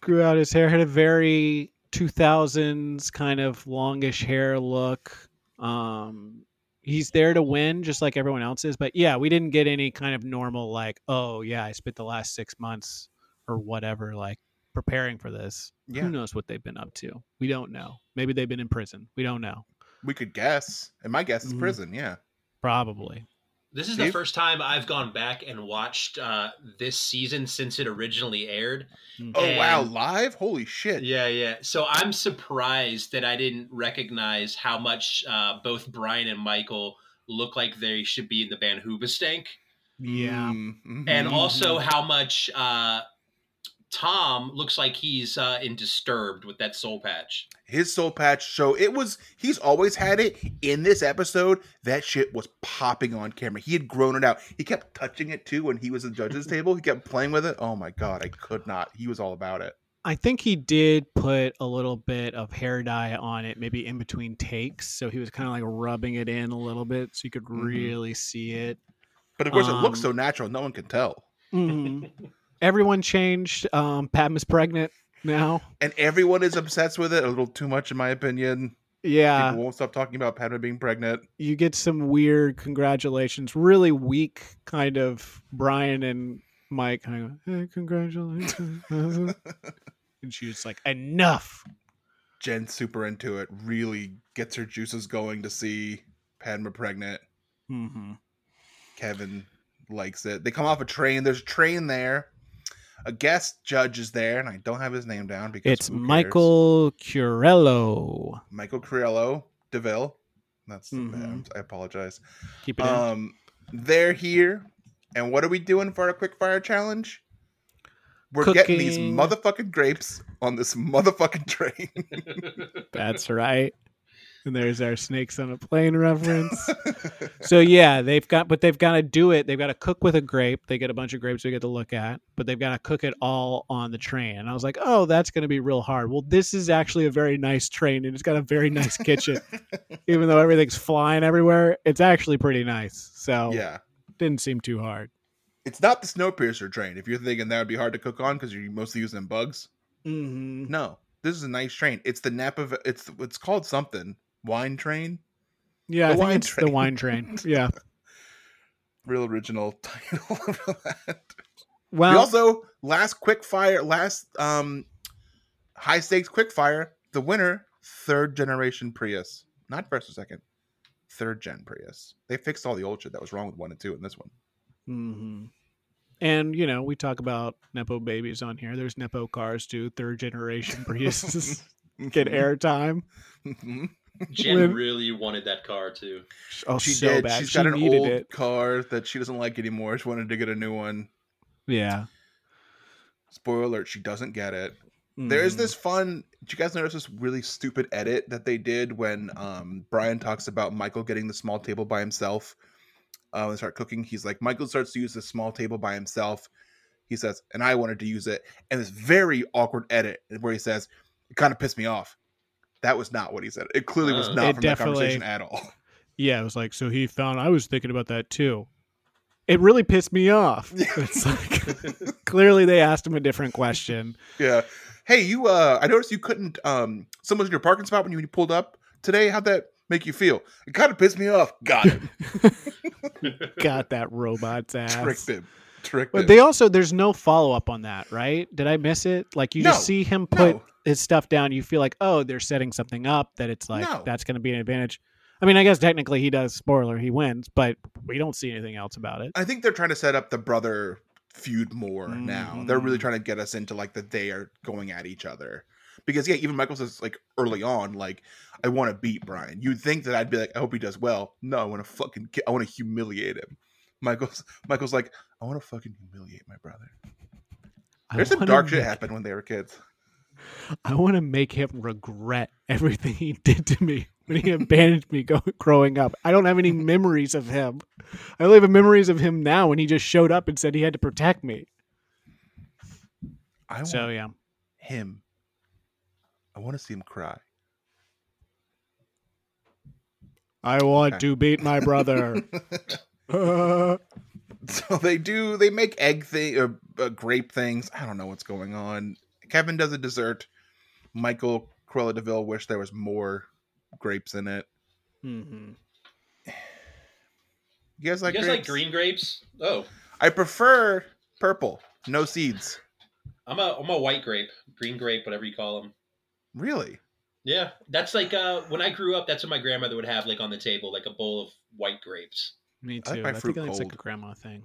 Speaker 4: Grew out his hair, had a very 2000s kind of longish hair look. Um, he's there to win just like everyone else is. But yeah, we didn't get any kind of normal, like, oh, yeah, I spent the last six months or whatever, like preparing for this.
Speaker 2: yeah.
Speaker 4: Who knows what they've been up to? We don't know. Maybe they've been in prison. We don't know.
Speaker 2: We could guess. And my guess is
Speaker 4: Mhm.
Speaker 2: prison, yeah.
Speaker 4: Probably.
Speaker 3: This is
Speaker 2: Steve?
Speaker 3: the first time I've gone back and watched uh, this season since it originally aired.
Speaker 2: Oh wow,
Speaker 3: And-
Speaker 2: live? Holy shit.
Speaker 3: Yeah, yeah. So I'm surprised that I didn't recognize how much uh, both Brian and Michael look like they should be in the band Hoobastank,
Speaker 4: Yeah.
Speaker 2: Mm, mhm.
Speaker 3: and also how much uh, Tom looks like he's uh, in Disturbed with that soul patch.
Speaker 2: his soul patch. So it was he's always had it. In this episode, that shit was popping on camera. He had grown it out. He kept touching it too when he was at the judges table. He kept playing with it. Oh my god, I could not. He was all about it.
Speaker 4: I think he did put a little bit of hair dye on it, maybe in between takes. So he was kind of like rubbing it in a little bit so you could
Speaker 2: Mhm.
Speaker 4: really see it.
Speaker 2: But of course, it looks
Speaker 4: Um,
Speaker 2: so natural, no one can tell.
Speaker 4: Everyone changed. Um, Padma's pregnant now.
Speaker 2: And everyone is obsessed with it a little too much, in my opinion.
Speaker 4: Yeah.
Speaker 2: People won't stop talking about Padma being pregnant.
Speaker 4: you get some weird congratulations, really weak kind of Brian and Mike kind of hey, congratulations. and she was like, enough.
Speaker 2: Jen's super into it. Really gets her juices going to see Padma pregnant.
Speaker 4: Mm-hmm.
Speaker 2: Kevin likes it. They come off a train. There's a train there. A guest judge is there, and I don't have his name down because
Speaker 4: It's
Speaker 2: who cares?
Speaker 4: Michael Curello.
Speaker 2: Michael Criello Deville. That's
Speaker 4: Mhm.
Speaker 2: I apologize.
Speaker 4: Keep it in.
Speaker 2: Um, they're here, and what are we doing for our quick fire challenge? We're getting these
Speaker 4: Cooking.
Speaker 2: motherfucking grapes on this motherfucking train.
Speaker 4: That's right. And there's our snakes on a plane reference. so yeah, they've got, but they've got to do it. They've got to cook with a grape. They get a bunch of grapes we get to look at, but they've got to cook it all on the train. And I was like, oh, that's going to be real hard. Well, this is actually a very nice train, and it's got a very nice kitchen, even though everything's flying everywhere. It's actually pretty nice. So
Speaker 2: yeah,
Speaker 4: didn't seem too hard.
Speaker 2: it's not the Snowpiercer train. If you're thinking that would be hard to cook on because you're mostly using bugs,
Speaker 4: Mm-hmm.
Speaker 2: No, this is a nice train. It's the Napa. V- It's it's called something wine train.
Speaker 4: Yeah,
Speaker 2: The
Speaker 4: I think
Speaker 2: wine
Speaker 4: it's the
Speaker 2: train.
Speaker 4: wine train. Yeah.
Speaker 2: Real original title. for that.
Speaker 4: Well,
Speaker 2: we also last quick fire, last um, high stakes quick fire. The winner, third generation Prius, not first or second, third gen Prius. They fixed all the old shit that was wrong with one and two in this one.
Speaker 4: Mm-hmm. And you know, we talk about nepo babies on here. There's nepo cars too, third generation Priuses get airtime.
Speaker 2: Mhm.
Speaker 3: Jen
Speaker 4: When-
Speaker 3: really wanted that car too.
Speaker 4: Oh,
Speaker 2: she
Speaker 4: so
Speaker 2: did.
Speaker 4: bad.
Speaker 2: She's
Speaker 4: she
Speaker 2: got an
Speaker 4: needed
Speaker 2: old
Speaker 4: it.
Speaker 2: car that she doesn't like anymore. She wanted to get a new one.
Speaker 4: Yeah.
Speaker 2: Spoiler alert: she doesn't get it.
Speaker 4: Mm-hmm.
Speaker 2: There
Speaker 4: Hmm.
Speaker 2: is this fun. Did you guys notice this really stupid edit that they did when um, Brian talks about Michael getting the small table by himself uh, and start cooking? He's like, Michael starts to use the small table by himself He says, and I wanted to use it. And this very awkward edit where he says, it kind of pissed me off. That was not what he said. It clearly was
Speaker 3: Uh,
Speaker 2: not
Speaker 4: It
Speaker 2: from that
Speaker 4: definitely-
Speaker 2: conversation at all.
Speaker 4: Yeah, it was like so he found I was thinking about that too. It really pissed me off. It's like clearly they asked him a different question.
Speaker 2: yeah. Hey, you. Uh, I noticed you couldn't. Um, someone's in your parking spot when you pulled up today. How'd that make you feel? It kind of pissed me off. Got it.
Speaker 4: Got that robot's ass.
Speaker 2: Tricked him. Tricked him.
Speaker 4: But they also there's no follow up on that, right? Did I miss it? Like you
Speaker 2: No,
Speaker 4: just see him put
Speaker 2: no.
Speaker 4: his stuff down, you feel like, oh, they're setting something up that it's like
Speaker 2: No.
Speaker 4: that's gonna be an advantage. I mean, I guess technically he does spoiler, he wins, but we don't see anything else about it.
Speaker 2: I think they're trying to set up the brother feud more now. They're
Speaker 4: Mm.
Speaker 2: really trying to get us into like that they are going at each other. Because yeah, even Michael says like early on, like I want to beat Brian. You'd think that I'd be like, I hope he does well. No, I want to fucking, ki- I want to humiliate him. Michael's Michael's like, I want to fucking humiliate my brother.
Speaker 4: I
Speaker 2: There's some
Speaker 4: wanna
Speaker 2: dark shit
Speaker 4: make-
Speaker 2: happened when they were kids.
Speaker 4: I want to make him regret everything he did to me when he abandoned me go, growing up. I don't have any memories of him. I only have memories of him now when he just showed up and said he had to protect me.
Speaker 2: I want
Speaker 4: So yeah,
Speaker 2: him. I want to see him cry.
Speaker 4: I want
Speaker 2: Okay.
Speaker 4: to beat my brother. Uh,
Speaker 2: so they do they make egg thing or uh, grape things i don't know what's going on kevin does a dessert michael cruella deville wish there was more grapes in it
Speaker 4: mhm.
Speaker 2: you guys like,
Speaker 3: you guys
Speaker 2: grapes?
Speaker 3: like green grapes? Oh,
Speaker 2: i prefer purple no seeds
Speaker 3: I'm a I'm a white grape, green grape, whatever you call them.
Speaker 2: really
Speaker 3: Yeah, that's like uh, when I grew up, that's what my grandmother would have like on the table, like a bowl of white grapes.
Speaker 4: Me
Speaker 2: I like
Speaker 4: too.
Speaker 2: my
Speaker 4: I,
Speaker 2: fruit
Speaker 4: think it's like
Speaker 2: cold.
Speaker 4: a grandma thing.
Speaker 2: You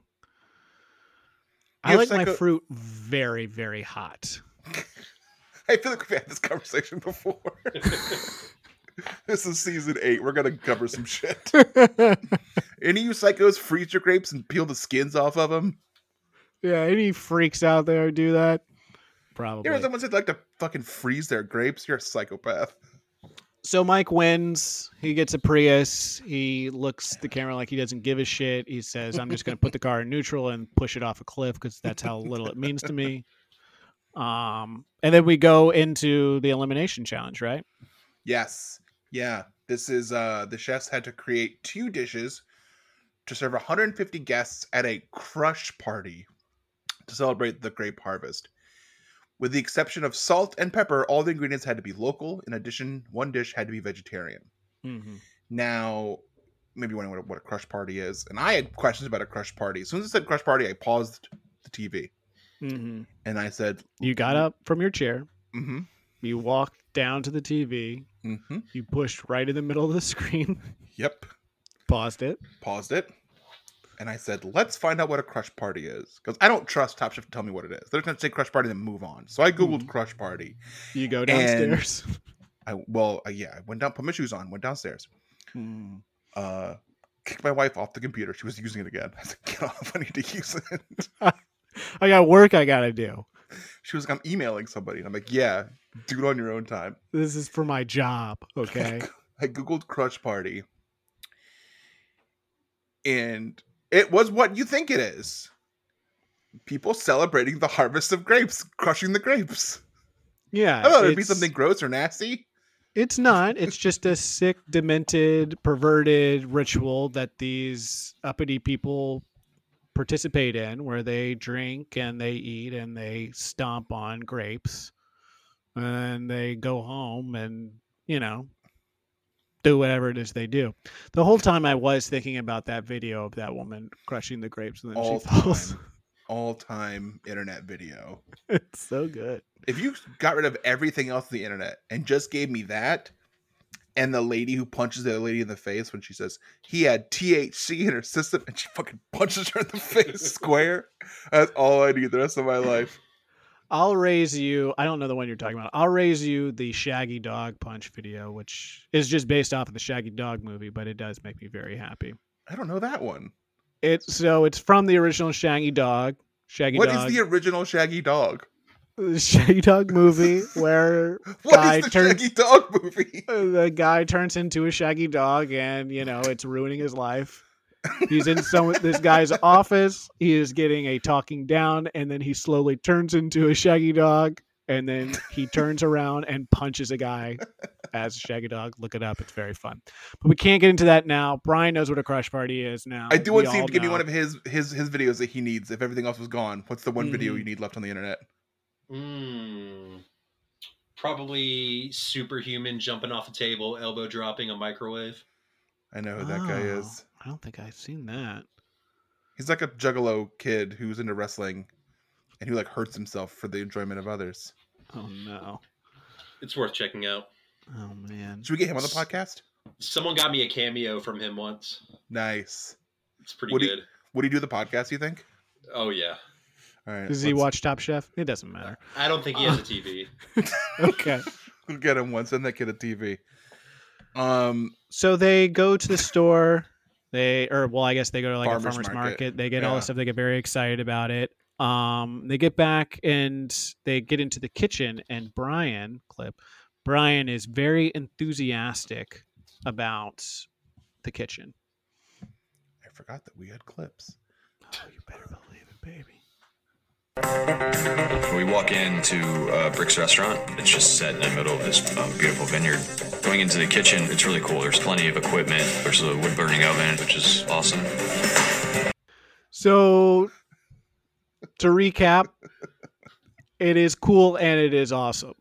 Speaker 4: I
Speaker 2: have
Speaker 4: like my
Speaker 2: psycho-
Speaker 4: fruit very, very hot.
Speaker 2: i feel like we've had this conversation before this is season eight we're gonna cover some shit
Speaker 4: yeah,
Speaker 2: any of you psychos freeze your grapes and peel the skins off of them
Speaker 4: any freaks out there do that? Probably.
Speaker 2: you know someone said like to fucking freeze their grapes you're a psychopath
Speaker 4: so Mike wins. He gets a Prius. He looks at the camera like he doesn't give a shit. He says, "I'm just going to put the car in neutral and push it off a cliff because that's how little it means to me." Um, and then we go into the elimination challenge, right?
Speaker 2: Yes. Yeah. This is uh the chefs had to create two dishes to serve 150 guests at a crush party to celebrate the grape harvest. With the exception of salt and pepper, all the ingredients had to be local. In addition, one dish had to be vegetarian.
Speaker 4: Mm-hmm.
Speaker 2: Now, maybe wondering what a, what a crush party is, and I had questions about a crush party. As soon as I said crush party, I paused the TV
Speaker 4: Mm-hmm.
Speaker 2: and I said,
Speaker 4: You got up from your chair.
Speaker 2: "Mm-hmm,
Speaker 4: You walked down to the TV.
Speaker 2: mm-hmm,
Speaker 4: You pushed right in the middle of the screen.
Speaker 2: yep."
Speaker 4: Paused it.
Speaker 2: paused it, and I said, "Let's find out what a crush party is," because I don't trust Top Chef to tell me what it is. They're going to say crush party and then move on. So I googled crush party.
Speaker 4: You go downstairs.
Speaker 2: I well, uh, yeah, I went down, put my shoes on, went downstairs, uh, kicked my wife off the computer. She was using it again. I said, "Get off! I need to use it."
Speaker 4: I got work I got to do.
Speaker 2: She was like, "I'm emailing somebody," and I'm like, "Yeah, do it on your own time."
Speaker 4: This is for my job. Okay.
Speaker 2: I googled crush party, and it was what you think it is. People celebrating the harvest of grapes, crushing the grapes.
Speaker 4: Yeah.
Speaker 2: I thought it'd be
Speaker 4: it's-
Speaker 2: something gross or nasty.
Speaker 4: It's not. It's just a sick, demented, perverted ritual that these uppity people participate in where they drink and they eat and they stomp on grapes and they go home and, you know, do whatever it is they do. The whole time I was thinking about that video of that woman crushing the grapes and then
Speaker 2: All
Speaker 4: she falls.
Speaker 2: time, all time internet video.
Speaker 4: it's so good.
Speaker 2: If you got rid of everything else on the internet and just gave me that, and the lady who punches the other lady in the face when she says he had THC in her system, and she fucking punches her in the face square. That's all I need the rest of my life.
Speaker 4: I'll raise you. I don't know the one you're talking about. I'll raise you the Shaggy Dog Punch video, which is just based off of the Shaggy Dog movie, but it does make me very happy.
Speaker 2: I don't know that one.
Speaker 4: It's so it's from the original Shaggy Dog. Shaggy
Speaker 2: What is
Speaker 4: Dog.
Speaker 2: the original Shaggy Dog?
Speaker 4: the Shaggy Dog movie where
Speaker 2: What is
Speaker 4: guy
Speaker 2: the
Speaker 4: turns
Speaker 2: Shaggy Dog movie?
Speaker 4: the guy turns into a shaggy dog and you know it's ruining his life He's in some this guy's office. He is getting a talking down, and then he slowly turns into a shaggy dog, and then he turns around and punches a guy as a shaggy dog. Look it up; it's very fun. But we can't get into that now. Brian knows what a crush party is now.
Speaker 2: I do
Speaker 4: We
Speaker 2: want Steve
Speaker 4: all
Speaker 2: to give me
Speaker 4: know.
Speaker 2: one of his his his videos that he needs. If everything else was gone, what's the one video
Speaker 4: Mm-hmm.
Speaker 2: you need left on the internet?
Speaker 3: Mm, probably superhuman jumping off a table, elbow dropping a microwave.
Speaker 2: I know who that guy
Speaker 4: Oh,
Speaker 2: is.
Speaker 4: I don't think I've seen that.
Speaker 2: He's like a juggalo kid who's into wrestling, and who like hurts himself for the enjoyment of others.
Speaker 4: Oh no.
Speaker 3: It's worth checking out.
Speaker 4: Oh man.
Speaker 2: Should we get him on the podcast?
Speaker 3: Someone got me a cameo from him once.
Speaker 2: Nice.
Speaker 3: It's pretty
Speaker 2: What do you-
Speaker 3: good.
Speaker 2: Would he do the podcast? You think?
Speaker 3: Oh yeah.
Speaker 2: All right.
Speaker 4: Does he
Speaker 2: let's-
Speaker 4: watch Top Chef? It doesn't matter.
Speaker 3: I don't think he has a TV.
Speaker 4: Okay.
Speaker 2: We'll get him one. Send that kid a TV. Um,
Speaker 4: so they go to the store. They or well, I guess they go to like a
Speaker 2: Farmer's
Speaker 4: farmer's market.
Speaker 2: market.
Speaker 4: They get all
Speaker 2: Yeah.
Speaker 4: the stuff. They get very excited about it. Um, they get back and they get into the kitchen, and Brian clip. Brian is very enthusiastic about the kitchen.
Speaker 2: I forgot that we had clips.
Speaker 4: Oh, you better believe it, baby.
Speaker 5: We walk into uh, Brick's restaurant. It's just set in the middle of this um, beautiful vineyard. Going into the kitchen, it's really cool. There's plenty of equipment. There's a wood burning oven, which is awesome.
Speaker 4: So, to recap, it is cool and it is awesome.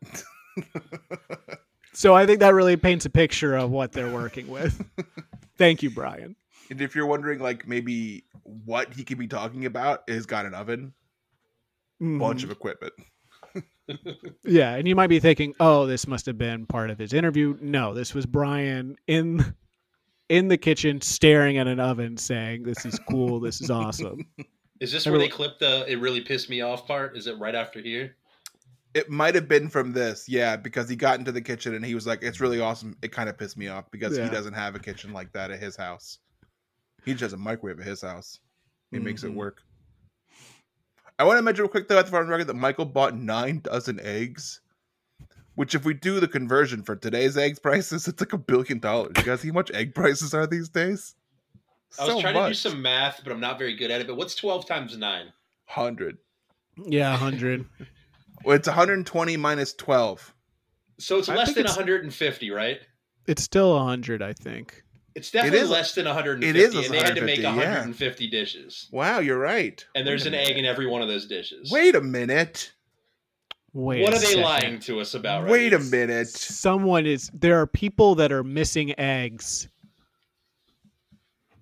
Speaker 4: so I think that really paints a picture of what they're working with. Thank you, Brian.
Speaker 2: And if you're wondering, like maybe what he could be talking about, he's got an oven,
Speaker 4: Mhm.
Speaker 2: bunch of equipment.
Speaker 4: Yeah, and you might be thinking, "Oh, this must have been part of his interview." No, this was Brian in in the kitchen staring at an oven saying, "This is cool. This is awesome."
Speaker 3: Is this
Speaker 4: Everyone-
Speaker 3: where they clipped the "it really pissed me off" part? Is it right after here?
Speaker 2: It might have been from this, yeah, because he got into the kitchen and he was like, "It's really awesome." It kind of pissed me off because
Speaker 4: Yeah.
Speaker 2: he doesn't have a kitchen like that at his house. He just has a microwave at his house. He makes it
Speaker 4: Mhm.
Speaker 2: work. I want to mention real quick though, at the farm record, that Michael bought nine dozen eggs, which, if we do the conversion for today's eggs prices, it's like a billion dollars. You guys see how much egg prices are these days?
Speaker 3: I was trying to do some math, but I'm not very good at it. But what's 12 times nine?
Speaker 2: hundred.
Speaker 4: Yeah, 100.
Speaker 2: Well, it's 120 minus 12.
Speaker 3: So it's
Speaker 4: I
Speaker 3: less
Speaker 4: think
Speaker 3: than
Speaker 4: it's-
Speaker 3: 150, right?
Speaker 4: It's still 100, I think.
Speaker 3: It's definitely
Speaker 2: is-
Speaker 3: less than 150.
Speaker 2: it is
Speaker 3: and they had to make
Speaker 2: 150, yeah.
Speaker 3: 150 dishes.
Speaker 2: Wow, you're right.
Speaker 3: And
Speaker 2: Wait
Speaker 3: there's
Speaker 2: a
Speaker 3: an egg
Speaker 2: minute.
Speaker 3: in every one of those dishes.
Speaker 2: Wait a minute.
Speaker 4: Wait.
Speaker 3: what
Speaker 4: a
Speaker 3: are they
Speaker 4: second.
Speaker 3: lying to us about? Right
Speaker 2: Wait a
Speaker 3: now?
Speaker 2: minute.
Speaker 4: Someone is there are people that are missing eggs.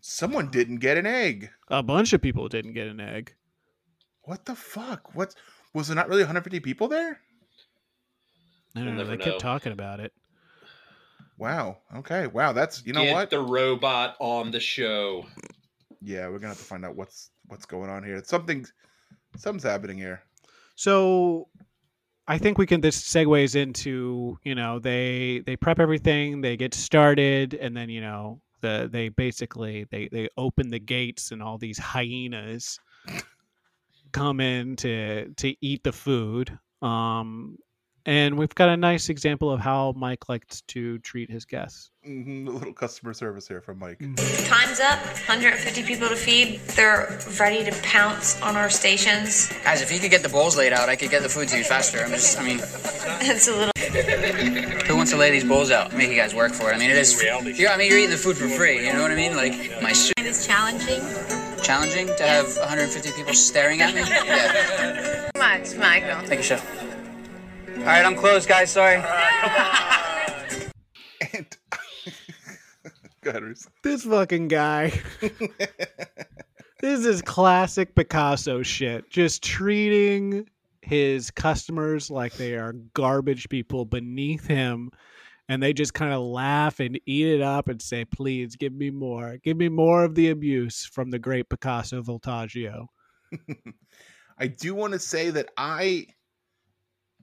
Speaker 2: Someone didn't get an egg.
Speaker 4: A bunch of people didn't get an egg.
Speaker 2: What the fuck? What was there not really 150 people there?
Speaker 4: I don't
Speaker 3: We'll
Speaker 4: know. They
Speaker 3: never know.
Speaker 4: kept talking about it.
Speaker 2: Wow. Okay. Wow. That's you know
Speaker 3: Get
Speaker 2: what?
Speaker 3: the robot on the show.
Speaker 2: yeah, we're gonna have to find out what's what's going on here. Something something's happening here.
Speaker 4: So I think we can this segues into, you know, they they prep everything, they get started, and then, you know, the they basically they they open the gates and all these hyenas come in to to eat the food. Um and we've got a nice example of how Mike likes to treat his guests.
Speaker 2: hmm a little customer service here from Mike.
Speaker 6: Time's up. 150 people to feed. They're ready to pounce on our stations.
Speaker 7: Guys, if you could get the bowls laid out, I could get the food to you faster. I'm just, I mean,
Speaker 6: It's a little.
Speaker 7: who wants to lay these bowls out? Make you guys work for it. I mean, it is. You're, I mean, you're eating the food for free. You know what I mean? Like, my soup.
Speaker 6: It is challenging.
Speaker 7: Challenging to have 150 people staring at me. Yeah.
Speaker 6: Much, Michael.
Speaker 7: Thank you, chef. All right, I'm closed, guys. Sorry.
Speaker 2: And go ahead, Reese.
Speaker 4: This fucking guy. this is classic Picasso shit. Just treating his customers like they are garbage people beneath him. And they just kind of laugh and eat it up and say, please give me more. Give me more of the abuse from the great Picasso Voltaggio.
Speaker 2: I do want to say that I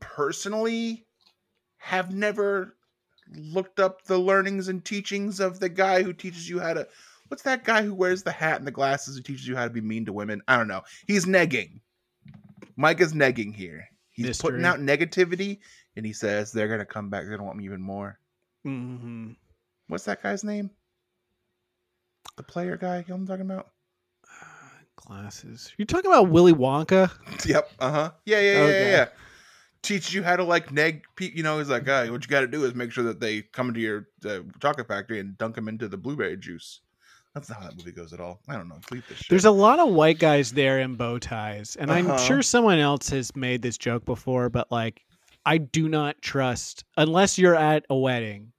Speaker 2: personally have never looked up the learnings and teachings of the guy who teaches you how to. What's that guy who wears the hat and the glasses who teaches you how to be mean to women? I don't know. He's negging. Mike is negging here. He's putting
Speaker 4: Mystery.
Speaker 2: out negativity, and he says they're gonna come back. They're gonna want me even more.
Speaker 4: Mm-hmm.
Speaker 2: What's that guy's name? the player guy? You know what I'm talking about?
Speaker 4: Glasses. You're talking about Willy Wonka?
Speaker 2: Yep. Uh huh. Yeah, yeah, yeah, yeah,
Speaker 4: Okay.
Speaker 2: yeah. Teaches you how to like neg. pe- You know, he's like, uh, what you got to do is make sure that they come into your uh, chocolate factory and dunk them into the blueberry juice. That's not how that movie goes at all. I don't know. Delete this shit.
Speaker 4: There's a lot of white guys there in bow ties, and I'm
Speaker 2: Uh-huh.
Speaker 4: sure someone else has made this joke before, but like, I do not trust unless you're at a wedding,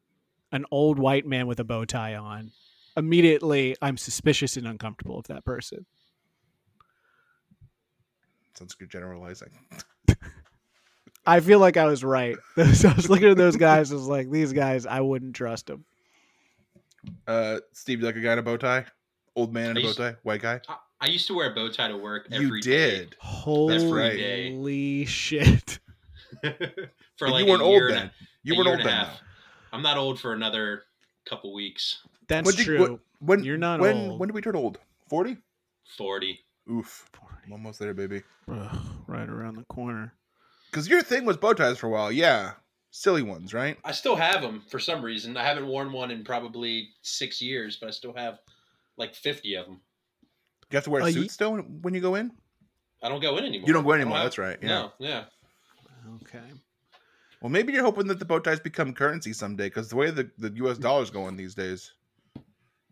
Speaker 4: an old white man with a bow tie on. Immediately, I'm suspicious and uncomfortable of that person.
Speaker 2: sounds good generalizing.
Speaker 4: I feel like I was right. So I was looking at those guys. I was like, these guys, I wouldn't trust them.
Speaker 2: Uh, Steve, you like a guy in a bow tie, old man in a
Speaker 3: I
Speaker 2: bow
Speaker 3: used-
Speaker 2: tie, white guy.
Speaker 3: I, I used to wear a bow tie to work.
Speaker 2: You
Speaker 3: every
Speaker 2: did.
Speaker 3: day Every day.
Speaker 4: Holy shit!
Speaker 3: for
Speaker 2: But
Speaker 3: like
Speaker 2: you weren't
Speaker 3: a
Speaker 2: old
Speaker 3: year and a-
Speaker 2: then. You
Speaker 3: a
Speaker 2: weren't
Speaker 3: year
Speaker 2: old
Speaker 3: and a
Speaker 2: then.
Speaker 3: half. I'm not old for another couple weeks.
Speaker 4: That's
Speaker 2: What'd you-
Speaker 4: true.
Speaker 2: what- When
Speaker 4: You're not
Speaker 2: when
Speaker 4: old.
Speaker 2: when do we turn old? Forty?
Speaker 3: Forty.
Speaker 2: Oof, I'm almost there, baby.
Speaker 4: Ugh, right around the corner.
Speaker 2: Because your thing was bow ties for a while, yeah. Silly ones, right?
Speaker 3: I still have them for some reason. I haven't worn one in probably six years, but I still have like 50 of them.
Speaker 2: You have to wear a
Speaker 4: Uh,
Speaker 2: suit
Speaker 4: ye-
Speaker 2: still when when you go in.
Speaker 3: I don't go in anymore.
Speaker 2: You don't go
Speaker 3: I
Speaker 2: anymore,
Speaker 3: have-
Speaker 2: that's right, yeah.
Speaker 3: No, yeah.
Speaker 4: Okay.
Speaker 2: Well, maybe you're hoping that the bow ties become currency someday. Because the way the, the
Speaker 4: Mm.
Speaker 2: U.S. dollar's going these days,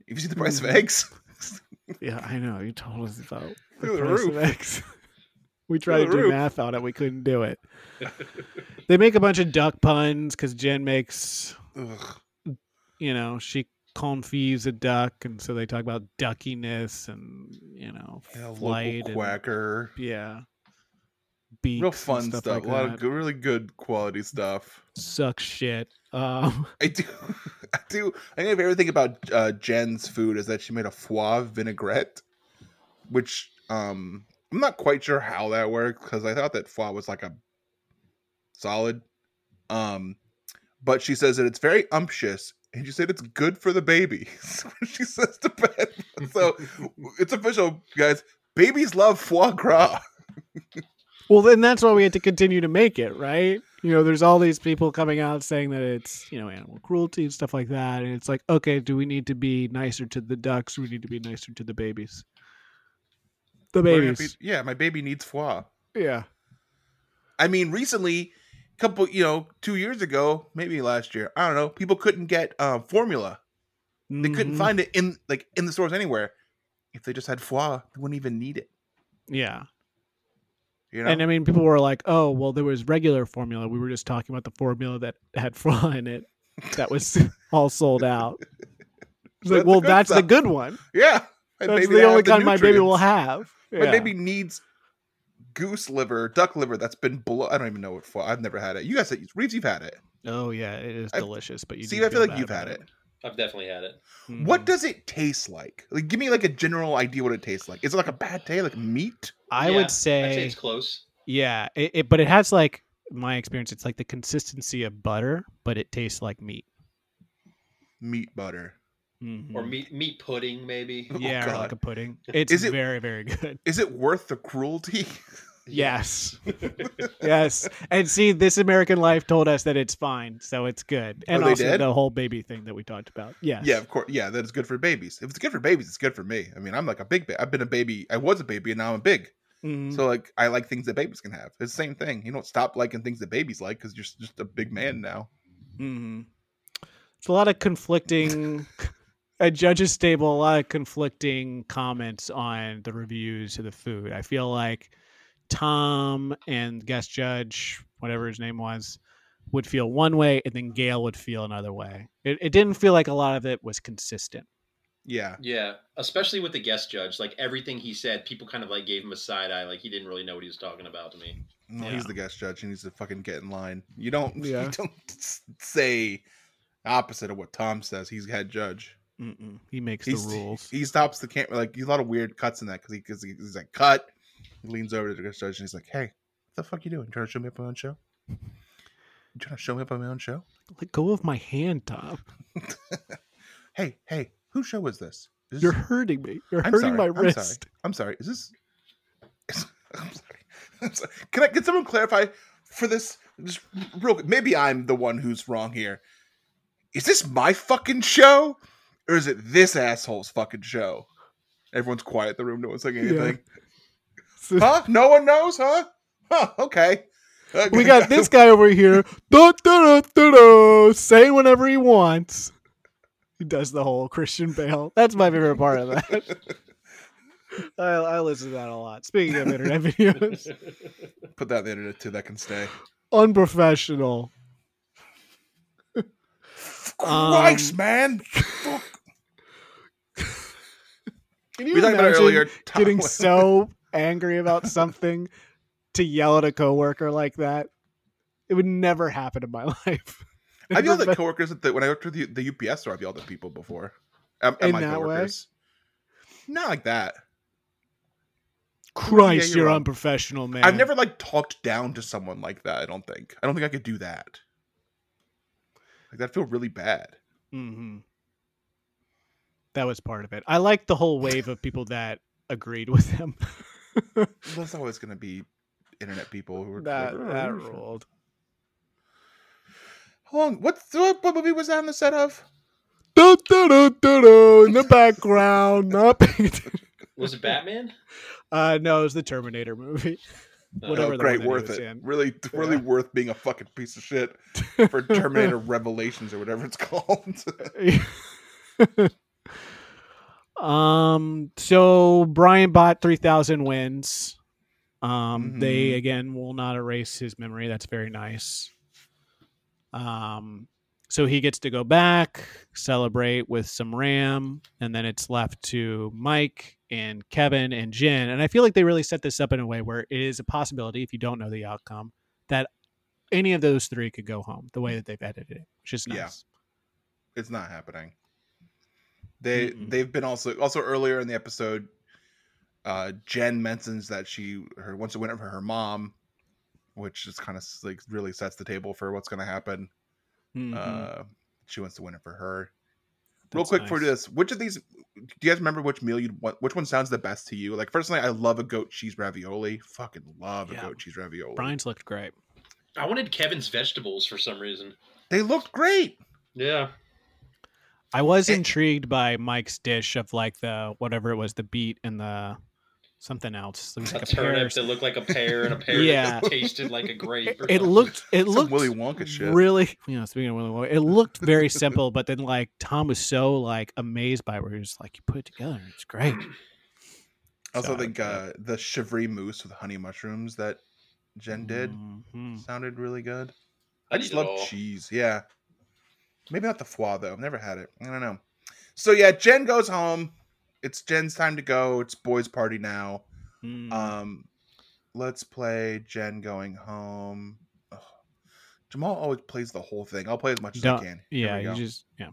Speaker 2: if you see the price of eggs,
Speaker 4: Yeah, I know. You told us about the
Speaker 2: Through the
Speaker 4: price of
Speaker 2: roof.
Speaker 4: eggs. we tried to
Speaker 2: the
Speaker 4: do
Speaker 2: roof.
Speaker 4: math on it. We couldn't do it. they make a bunch of duck puns because Jen makes,
Speaker 2: ugh,
Speaker 4: you know, she confits a duck, and so they talk about duckiness and you know,
Speaker 2: yeah,
Speaker 4: flight,
Speaker 2: local
Speaker 4: and-
Speaker 2: quacker,
Speaker 4: yeah, beaks,
Speaker 2: real
Speaker 4: and
Speaker 2: fun stuff.
Speaker 4: like
Speaker 2: a lot
Speaker 4: that.
Speaker 2: of good, really good quality stuff.
Speaker 4: sucks shit. Um,
Speaker 2: I do, I do. I think my favorite thing about uh, Jen's food is that she made a foie vinaigrette, which um I'm not quite sure how that worked because I thought that foie was like a solid. Um, but she says that it's very umptious, and she said it's good for the baby. That's what she says to Ben. So it's official, guys. Babies love foie gras.
Speaker 4: well, then that's why we had to continue to make it, right? You know, there's all these people coming out saying that it's, you know, animal cruelty and stuff like that. And it's like, okay, do we need to be nicer to the ducks? We need to be nicer to the babies. The
Speaker 2: We're gonna
Speaker 4: babies.
Speaker 2: feed- yeah, my baby needs foie.
Speaker 4: Yeah.
Speaker 2: I mean, recently, couple, you know, two years ago, maybe last year, I don't know. People couldn't get uh, formula; they couldn't
Speaker 4: Mhm.
Speaker 2: find it in like in the stores anywhere. If they just had foie, they wouldn't even need it.
Speaker 4: Yeah.
Speaker 2: You know,
Speaker 4: And I mean, people were like, oh, well, there was regular formula. We were just talking about the formula that had flaw in it that was all sold out. It's
Speaker 2: That's
Speaker 4: like,
Speaker 2: the
Speaker 4: well,
Speaker 2: good
Speaker 4: that's the
Speaker 2: stuff.
Speaker 4: good one.
Speaker 2: yeah, my
Speaker 4: That's
Speaker 2: had
Speaker 4: the only kind my baby will
Speaker 2: nutrients.
Speaker 4: have.
Speaker 2: My
Speaker 4: Yeah.
Speaker 2: baby needs goose liver, duck liver that's been blow. I don't even know what foie. I've never had it. You guys, Reeves, you've had it.
Speaker 4: Oh yeah, it is
Speaker 2: I-
Speaker 4: delicious. But you
Speaker 2: Steve,
Speaker 4: do
Speaker 2: I feel like
Speaker 4: bad
Speaker 2: you've had
Speaker 4: about
Speaker 2: it.
Speaker 3: I've definitely had it.
Speaker 4: Mhm.
Speaker 2: What does it taste like? Like, give me like a general idea what it tastes like. Is it like a bad day, like meat?
Speaker 4: I
Speaker 3: Yeah,
Speaker 4: would
Speaker 3: I'd say
Speaker 4: say?
Speaker 3: it's close.
Speaker 4: yeah, it, it, but it has like my experience. It's like the consistency of butter, but it tastes like meat.
Speaker 2: Meat butter.
Speaker 3: Or
Speaker 4: Mhm.
Speaker 3: meat meat pudding, maybe.
Speaker 2: Oh,
Speaker 4: Yeah, or like
Speaker 2: God.
Speaker 4: a pudding. It's
Speaker 2: Is it-
Speaker 4: very very good.
Speaker 2: Is it worth the cruelty?
Speaker 4: Yes, yes. And see, this American Life told us that it's fine, so it's good. And
Speaker 2: Oh, they
Speaker 4: also
Speaker 2: did?
Speaker 4: the whole baby thing that we talked about. Yes.
Speaker 2: Yeah, of course. Yeah, that is good for babies. If it's good for babies, it's good for me. I mean, I'm like a big baby. I've been a baby. I was a baby, and now I'm big.
Speaker 4: Mhm.
Speaker 2: So like, I like things that babies can have. It's the same thing. You don't stop liking things that babies like because you're s- just a big man now.
Speaker 4: Mm-hmm. It's a lot of conflicting at judges' table. A lot of conflicting comments on the reviews of the food. I feel like Tom and guest judge, whatever his name was, would feel one way, and then Gail would feel another way. It, it didn't feel like a lot of it was consistent.
Speaker 2: Yeah,
Speaker 3: Yeah. Especially with the guest judge. Like everything he said, people kind of like gave him a side eye, like he didn't really know what he was talking about to me.
Speaker 2: no,
Speaker 4: Yeah.
Speaker 2: he's the guest judge. He needs to fucking get in line. You don't.
Speaker 4: Yeah.
Speaker 2: You don't s- say opposite of what Tom says. He's head judge.
Speaker 4: Mm-mm. He makes
Speaker 2: He's,
Speaker 4: the rules.
Speaker 2: He stops the camera. Like, there's a lot of weird cuts in that because he, cause he- he's like, cut. He leans over to the guest judge and he's like, hey, what the fuck you doing? trying to show me up on my own show? You trying to show me up on my own show?
Speaker 4: Let go of my hand, Tom.
Speaker 2: hey, hey, whose show is this? Is
Speaker 4: You're
Speaker 2: this-
Speaker 4: hurting me. You're
Speaker 2: I'm
Speaker 4: hurting
Speaker 2: sorry,
Speaker 4: my
Speaker 2: I'm
Speaker 4: wrist.
Speaker 2: Sorry, I'm sorry. Is this? is- I'm sorry. I'm sorry. Can I? Can someone clarify for this? Just real. Maybe I'm the one who's wrong here. Is this my fucking show, or is it this asshole's fucking show? Everyone's quiet in the room. No one's saying anything. Huh? No one knows, huh? Huh? Okay.
Speaker 4: we got this guy over here da, da, da, da, da, saying whenever he wants. He does the whole Christian Bale. That's my favorite part of that. I, I listen to that a lot. Speaking of internet videos,
Speaker 2: Put that in the internet too. That can stay.
Speaker 4: unprofessional. Um,
Speaker 2: Christ, man.
Speaker 4: Can you
Speaker 2: We talked about it
Speaker 4: imagine
Speaker 2: earlier, Tom.
Speaker 4: getting so angry about something to yell at a coworker like that? It would never happen in my life.
Speaker 2: I've yelled at coworkers at the, when I worked with the, the UPS store. I've yelled at people before. At, at
Speaker 4: In
Speaker 2: my
Speaker 4: that way?
Speaker 2: coworkers. Not like that. Yeah,
Speaker 4: Christ, you're,
Speaker 2: you're right.
Speaker 4: unprofessional, man.
Speaker 2: I've never like talked down to someone like that. I don't think. I don't think I could do that. Like that feel really bad.
Speaker 4: hmm That was part of it. I like the whole wave of people that agreed with him. that
Speaker 2: That's always going to be internet people who are like, "Oh,
Speaker 4: that
Speaker 2: you're-
Speaker 4: ruled.
Speaker 2: How long? What, what what movie was that on the set of?
Speaker 4: Da, da, da, da, da, in the background, not paying attention.
Speaker 3: Was it Batman?
Speaker 4: Uh, no, it was the Terminator movie. Whatever
Speaker 3: Uh,
Speaker 2: oh,
Speaker 4: the
Speaker 2: great,
Speaker 4: one that he
Speaker 2: worth
Speaker 4: was
Speaker 2: it.
Speaker 4: in.
Speaker 2: Really, really
Speaker 4: Yeah.
Speaker 2: worth being a fucking piece of shit for Terminator Revelations or whatever it's called.
Speaker 4: um. So Brian bought three thousand wins. Um. They
Speaker 2: Mhm.
Speaker 4: again will not erase his memory. That's very nice. Um. So he gets to go back, celebrate with some Ram, and then it's left to Mike and Kevin and Jen. And I feel like they really set this up in a way where it is a possibility, if you don't know the outcome, that any of those three could go home the way that they've edited it, which is nice.
Speaker 2: Yeah. it's not happening. They
Speaker 4: Mm-mm.
Speaker 2: they've been also also earlier in the episode. Uh, Jen mentions that she her once it went over her mom, which is kind of like really sets the table for what's going to happen.
Speaker 4: Mhm.
Speaker 2: Uh, she wants to win it for her. Real
Speaker 4: That's
Speaker 2: quick for
Speaker 4: nice.
Speaker 2: this, which of these do you guys remember which meal you'd want? Which one sounds the best to you? Like, personally, I love a goat cheese ravioli. Fucking love
Speaker 4: Yeah.
Speaker 2: a goat cheese ravioli.
Speaker 4: Brian's looked great.
Speaker 3: I wanted Kevin's vegetables for some reason.
Speaker 2: They looked great.
Speaker 3: Yeah.
Speaker 4: I was
Speaker 2: It-
Speaker 4: intrigued by Mike's dish of like the whatever it was, the beet and the something else. It was
Speaker 3: A
Speaker 4: like a pear. or
Speaker 3: turnip that looked like a pear and a pear
Speaker 4: Yeah.
Speaker 3: that tasted like a grape.
Speaker 4: something.
Speaker 3: or
Speaker 4: It
Speaker 3: something.
Speaker 4: looked. It
Speaker 2: Some
Speaker 4: looked
Speaker 2: Willy Wonka shit.
Speaker 4: really. You know, speaking of Willy Wonka, it looked very simple, but then like Tom was so like amazed by it, where he was like, "You put it together, it's great."
Speaker 2: I also
Speaker 4: So,
Speaker 2: think
Speaker 4: yeah.
Speaker 2: uh, the chevre mousse with honey mushrooms that Jen did
Speaker 4: Mhm.
Speaker 2: sounded really good.
Speaker 3: I
Speaker 2: I
Speaker 3: need
Speaker 2: just
Speaker 3: it
Speaker 2: love
Speaker 3: all.
Speaker 2: cheese. Yeah. Maybe not the foie, though. I've never had it. I don't know. So, yeah, Jen goes home. It's Jen's time to go. It's boys' party now.
Speaker 4: Mm.
Speaker 2: Um, let's play Jen going home. Ugh. Jamal always plays the whole thing. I'll play as much as
Speaker 4: Don't-
Speaker 2: I can. Here
Speaker 4: yeah,
Speaker 2: we
Speaker 4: you
Speaker 2: go.
Speaker 4: just yeah.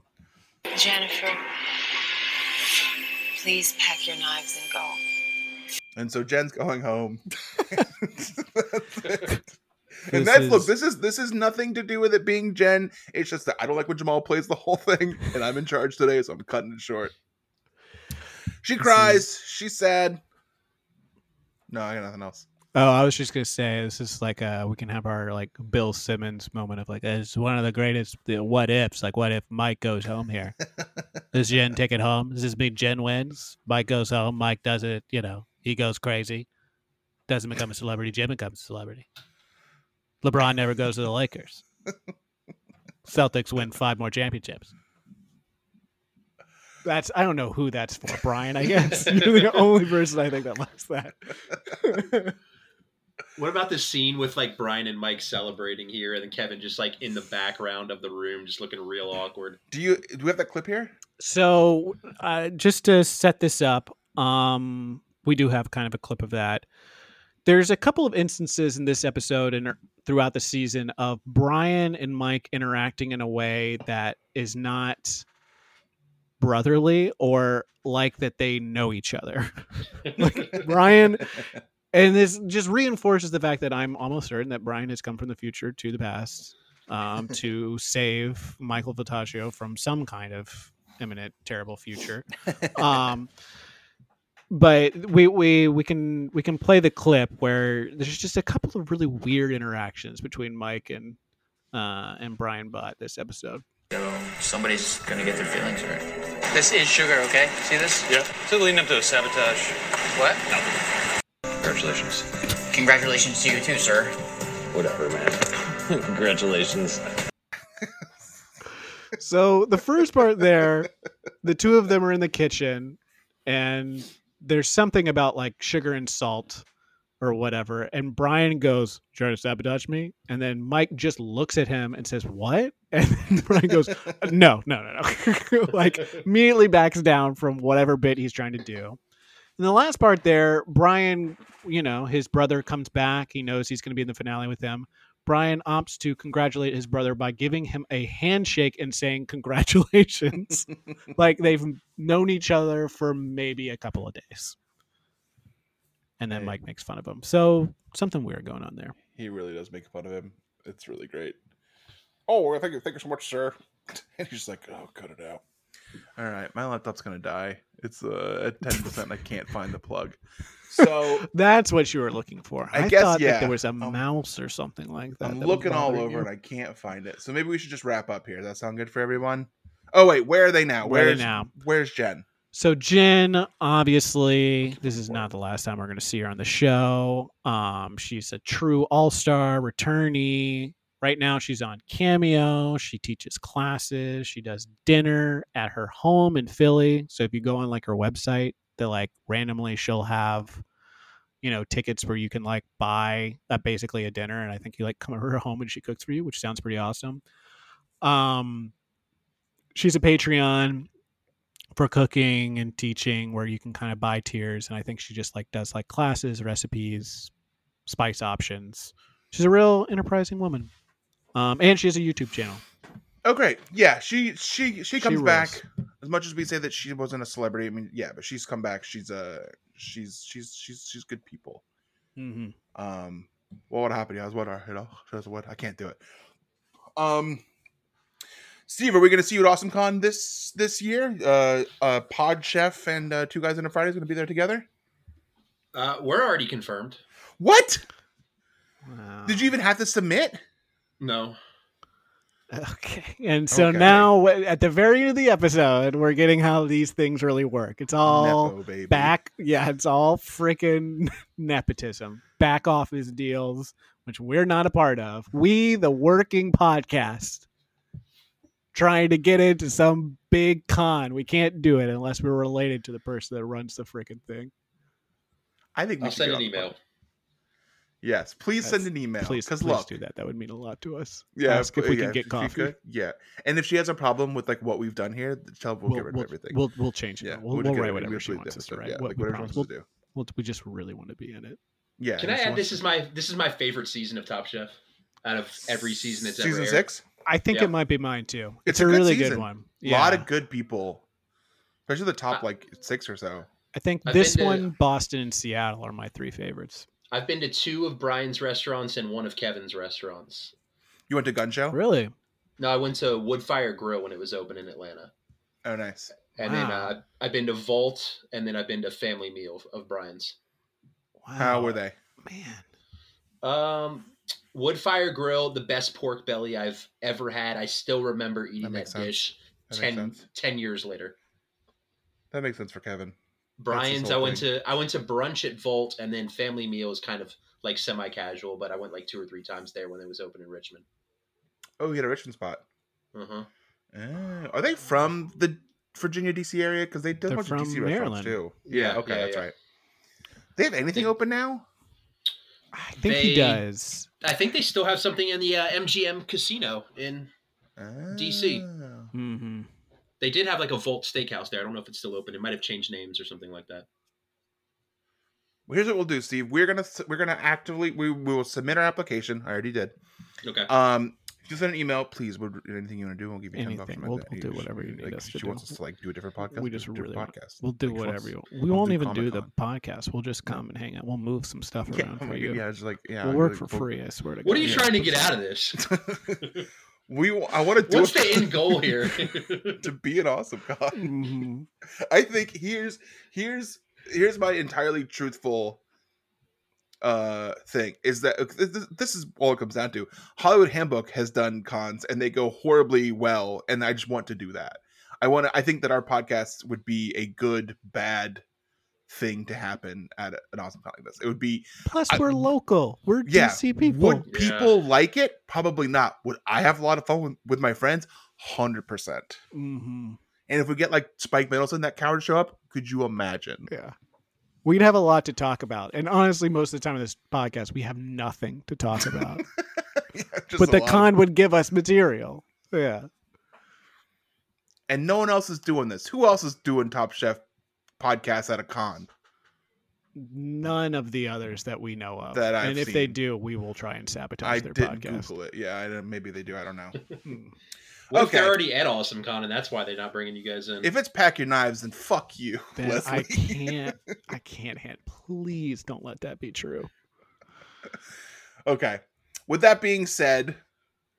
Speaker 6: Jennifer, please pack your knives and go.
Speaker 2: And so Jen's going home.
Speaker 4: This
Speaker 2: and that's look,
Speaker 4: is-
Speaker 2: this is this is nothing to do with it being Jen. It's just that I don't like when Jamal plays the whole thing, and I'm in charge today, so I'm cutting it short. She cries. She's sad. No, I got nothing else.
Speaker 4: Oh, I was just gonna say this is like uh we can have our like Bill Simmons moment of like it's one of the greatest the what ifs like what if Mike goes home here? Does Jen take it home? Does this mean Jen wins? Mike goes home. Mike does it. You know he goes crazy. Doesn't become a celebrity. Jen becomes a celebrity. LeBron never goes to the Lakers. Celtics win five more championships. That's I don't know who that's for, Brian. I guess you're the only person I think that likes that.
Speaker 3: What about this scene with like Brian and Mike celebrating here, and then Kevin just like in the background of the room, just looking real awkward?
Speaker 2: Do you do we have that clip here?
Speaker 4: So, uh, just to set this up, um, we do have kind of a clip of that. There's a couple of instances in this episode and er, throughout the season of Brian and Mike interacting in a way that is not brotherly or like that they know each other. like Brian and this just reinforces the fact that I'm almost certain that Brian has come from the future to the past um, to save Michael Vitaccio from some kind of imminent terrible future. Um, but we, we we can we can play the clip where there's just a couple of really weird interactions between Mike and uh, and Brian Bott this episode.
Speaker 5: So somebody's gonna get their feelings hurt.
Speaker 7: This is sugar, okay? See this?
Speaker 5: Yeah. So leading up to a sabotage.
Speaker 7: What?
Speaker 5: Congratulations.
Speaker 7: Congratulations to you too, sir.
Speaker 5: Whatever, man. Congratulations.
Speaker 4: So the first part there, the two of them are in the kitchen, and there's something about like sugar and salt or whatever. And Brian goes, trying to sabotage me. And then Mike just looks at him and says, What? And then Brian goes, No, no, no, no. like immediately backs down from whatever bit he's trying to do. And the last part there, Brian, you know, his brother comes back. He knows he's going to be in the finale with him. Brian opts to congratulate his brother by giving him a handshake and saying congratulations. like they've known each other for maybe a couple of days. And then
Speaker 2: Hey.
Speaker 4: Mike makes fun of him. So something weird going on there.
Speaker 2: He really does make fun of him. It's really great. Oh, well, thank you, thank you so much, sir. And he's just like, oh, cut it out. All right, my laptop's gonna die. It's uh, at ten percent. I can't find the plug. So
Speaker 4: That's what you were looking for.
Speaker 2: I
Speaker 4: I,
Speaker 2: guess,
Speaker 4: thought
Speaker 2: yeah.
Speaker 4: that there was a
Speaker 2: I'm-
Speaker 4: mouse or something like that.
Speaker 2: I'm
Speaker 4: that was
Speaker 2: looking all
Speaker 4: bothering
Speaker 2: over
Speaker 4: you.
Speaker 2: and I can't find it. So maybe we should just wrap up here. Does that sound good for everyone? Oh wait, where are they now?
Speaker 4: Where are they
Speaker 2: Where's
Speaker 4: now?
Speaker 2: Where's Jen?
Speaker 4: So Jen, obviously, this is not the last time we're going to see her on the show. Um, she's a true all-star returnee. Right now, she's on Cameo. She teaches classes. She does dinner at her home in Philly. So if you go on like her website, they like randomly she'll have, you know, tickets where you can like buy uh, basically a dinner, and I think you like come over her home and she cooks for you, which sounds pretty awesome. Um, she's a Patreon for cooking and teaching where you can kind of buy tiers and i think she just like does like classes recipes spice options she's a real enterprising woman um, and she has a youtube channel
Speaker 2: Oh great, yeah. She she she comes
Speaker 4: rules.
Speaker 2: back. As much as we say that she wasn't a celebrity, I mean, yeah, but she's come back. She's uh, she's she's she's she's good people.
Speaker 4: mm-hmm.
Speaker 2: um what would happen guys what are you know shows what i can't do it um steve are we gonna see you at awesome con this this year uh uh pod chef and uh two guys in a friday is gonna be there together
Speaker 3: Uh, we're already confirmed.
Speaker 2: what did you even have to submit
Speaker 3: No.
Speaker 4: okay and so
Speaker 2: Okay.
Speaker 4: now w- at the very end of the episode we're getting how these things really work it's all
Speaker 2: Nepo, baby.
Speaker 4: back yeah it's all freaking nepotism back office deals which we're not a part of we the working podcast trying to get into some big con we can't do it unless we're related to the person that runs the freaking thing
Speaker 2: i think we
Speaker 3: I'll
Speaker 2: should get
Speaker 3: send an
Speaker 2: on the
Speaker 3: email.
Speaker 2: pod. yes please
Speaker 4: Yes.
Speaker 2: send an email
Speaker 4: please
Speaker 2: because
Speaker 4: please
Speaker 2: look
Speaker 4: do that that would mean a lot to us
Speaker 2: yeah
Speaker 4: ask if we
Speaker 2: yeah,
Speaker 4: can get
Speaker 2: she
Speaker 4: coffee
Speaker 2: could- yeah and if she has a problem with like what we've done here tell her we'll, get rid
Speaker 4: we'll,
Speaker 2: of everything
Speaker 4: we'll, we'll change it
Speaker 2: yeah
Speaker 4: we'll, we'll,
Speaker 2: just get rid
Speaker 4: write
Speaker 2: of it.
Speaker 4: whatever
Speaker 2: We'll
Speaker 4: she
Speaker 2: delete
Speaker 4: wants
Speaker 2: the
Speaker 4: us to
Speaker 2: episode.
Speaker 4: write
Speaker 2: yeah,
Speaker 4: what
Speaker 2: like,
Speaker 4: we
Speaker 2: whatever she
Speaker 4: promise.
Speaker 2: wants to do
Speaker 4: We'll- we just really want to be in it
Speaker 2: yeah and
Speaker 3: Can I
Speaker 2: if she
Speaker 3: add
Speaker 2: wants-
Speaker 3: this is my this is my favorite season of Top Chef out of every season that's
Speaker 2: season
Speaker 3: ever aired.
Speaker 2: six
Speaker 4: i think
Speaker 3: Yeah.
Speaker 4: it might be mine too
Speaker 2: It's
Speaker 4: it's,
Speaker 2: a
Speaker 4: a,
Speaker 2: good
Speaker 4: really
Speaker 2: season.
Speaker 4: good one
Speaker 2: A
Speaker 4: yeah.
Speaker 2: lot of good people, especially the
Speaker 3: Uh,
Speaker 2: top like six or so.
Speaker 4: I think
Speaker 3: I've
Speaker 4: this
Speaker 3: been to-
Speaker 4: one, Boston, and Seattle are my three favorites.
Speaker 3: I've been to two of Brian's restaurants and one of Kevin's restaurants.
Speaker 2: You went to gun show?
Speaker 4: Really?
Speaker 3: No, I went to Woodfire Grill when it was open in Atlanta,
Speaker 2: Oh, nice.
Speaker 3: and then
Speaker 4: Wow.
Speaker 3: uh, I've been to Vault, and then I've been to Family Meal of, of Brian's.
Speaker 4: Wow.
Speaker 2: How were they?
Speaker 4: Man.
Speaker 3: Um, Woodfire Grill, the best pork belly I've ever had. I still remember eating that,
Speaker 2: makes sense.
Speaker 3: dish
Speaker 2: That makes
Speaker 3: 10,
Speaker 2: sense.
Speaker 3: 10 years later.
Speaker 2: That makes sense for Kevin.
Speaker 3: Brian's. I
Speaker 2: whole
Speaker 3: went
Speaker 2: thing.
Speaker 3: to I went to brunch at Volt, and then family meal is kind of like semi casual, but I went like two or three times there when it was open in Richmond.
Speaker 2: Oh, he had a Richmond spot.
Speaker 3: Uh-huh.
Speaker 2: Oh, are they from the Virginia DC area? Because they did a
Speaker 4: They're
Speaker 2: bunch of
Speaker 4: from
Speaker 2: DC restaurants
Speaker 4: Maryland.
Speaker 2: too. Yeah.
Speaker 3: Yeah,
Speaker 2: okay,
Speaker 3: yeah,
Speaker 2: that's
Speaker 3: yeah.
Speaker 2: right. They have anything
Speaker 3: They-
Speaker 2: open now?
Speaker 4: I think he
Speaker 3: They-
Speaker 4: does.
Speaker 3: I think they still have something in the uh, MGM casino. In DC.
Speaker 2: Oh.
Speaker 4: Mm-hmm.
Speaker 3: they did have like a Volt Steakhouse there. I don't know if it's still open. It might have changed names or something like that.
Speaker 2: Well, here's what we'll do, Steve. We're gonna s- we're gonna actively we, we will submit our application. I already did.
Speaker 3: Okay.
Speaker 2: Um, if you send an email, please. Would anything you want to do? We'll give you ten bucks.
Speaker 4: Anything.
Speaker 2: from it.
Speaker 4: We'll- we'll do
Speaker 2: She-
Speaker 4: whatever you need
Speaker 2: like,
Speaker 4: us to
Speaker 2: she wants
Speaker 4: do.
Speaker 2: us to like do a different podcast.
Speaker 4: We
Speaker 2: do
Speaker 4: just
Speaker 2: a different
Speaker 4: really want-
Speaker 2: podcast.
Speaker 4: We'll do
Speaker 2: Like, she wants-
Speaker 4: whatever you want. We
Speaker 2: we'll
Speaker 4: won't
Speaker 2: do
Speaker 4: even do the
Speaker 2: Comic-Con.
Speaker 4: podcast. We'll just come and hang out. We'll move some stuff
Speaker 2: Yeah,
Speaker 4: around
Speaker 2: I'm
Speaker 4: for
Speaker 2: like,
Speaker 4: you.
Speaker 2: yeah, just like yeah.
Speaker 4: we'll
Speaker 2: I'm
Speaker 4: work
Speaker 2: like,
Speaker 4: for
Speaker 2: well,
Speaker 4: free, I swear to God.
Speaker 3: What are you
Speaker 2: Yeah.
Speaker 3: trying to get out of this?
Speaker 2: We w- I want to do
Speaker 3: What's
Speaker 2: it
Speaker 3: the end goal here?
Speaker 2: to be an awesome con.
Speaker 4: Mhm.
Speaker 2: I think here's here's here's my entirely truthful uh thing is that this- this is all it comes down to hollywood handbook has done cons and they go horribly well and i just want to do that i want to i think that our podcast would be a good bad thing to happen at a- an awesome con like this it would be
Speaker 4: Plus,
Speaker 2: I-
Speaker 4: we're local. We're
Speaker 2: yeah,
Speaker 4: DC people.
Speaker 2: would
Speaker 5: Yeah.
Speaker 2: people like it probably not would i have a lot of fun with, with my friends 100%
Speaker 4: hmm
Speaker 2: and if we get like spike middleton that coward show up could you imagine
Speaker 4: Yeah. We'd have a lot to talk about. And honestly, most of the time in this podcast, we have nothing to talk about.
Speaker 2: Yeah, just
Speaker 4: but
Speaker 2: a
Speaker 4: the
Speaker 2: lot of-
Speaker 4: con would give us material. Yeah.
Speaker 2: and no one else is doing this who else is doing top chef podcasts at a con
Speaker 4: None of the others that we know of.
Speaker 2: That I've
Speaker 4: and if they
Speaker 2: seen.
Speaker 4: do, we will try and sabotage
Speaker 2: I
Speaker 4: their
Speaker 2: didn't
Speaker 4: podcast.
Speaker 2: Google it. Yeah, I don't, maybe they do. I don't know.
Speaker 3: What if
Speaker 2: Okay.
Speaker 3: they're already at Awesome Con and that's why they're not bringing you guys in?
Speaker 2: if it's pack your knives, then fuck you,
Speaker 4: Then I
Speaker 2: Leslie.
Speaker 4: can't. I can't hand. Please don't let that be true.
Speaker 2: Okay. With that being said,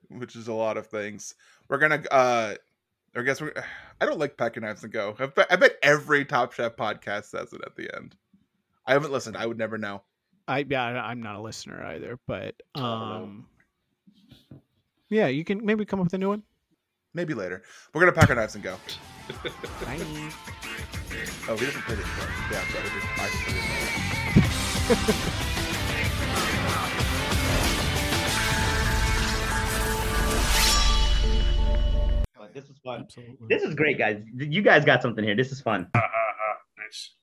Speaker 2: which is a lot of things, we're gonna. uh I guess we're. I don't like pack your knives and go. I bet, I bet every Top Chef podcast says it at the end. I haven't listened. I would never know.
Speaker 4: I yeah, I- I'm not a listener either, but
Speaker 3: don't know.
Speaker 4: um, yeah, you can maybe come up with a new one.
Speaker 2: Maybe later. We're gonna pack our knives and go.
Speaker 4: Bye.
Speaker 2: Oh, he doesn't play this part. Yeah, I'm sorry. I just- I just played it.
Speaker 8: This is fun.
Speaker 4: Absolutely.
Speaker 8: This is great, guys. You guys got something here. This is fun.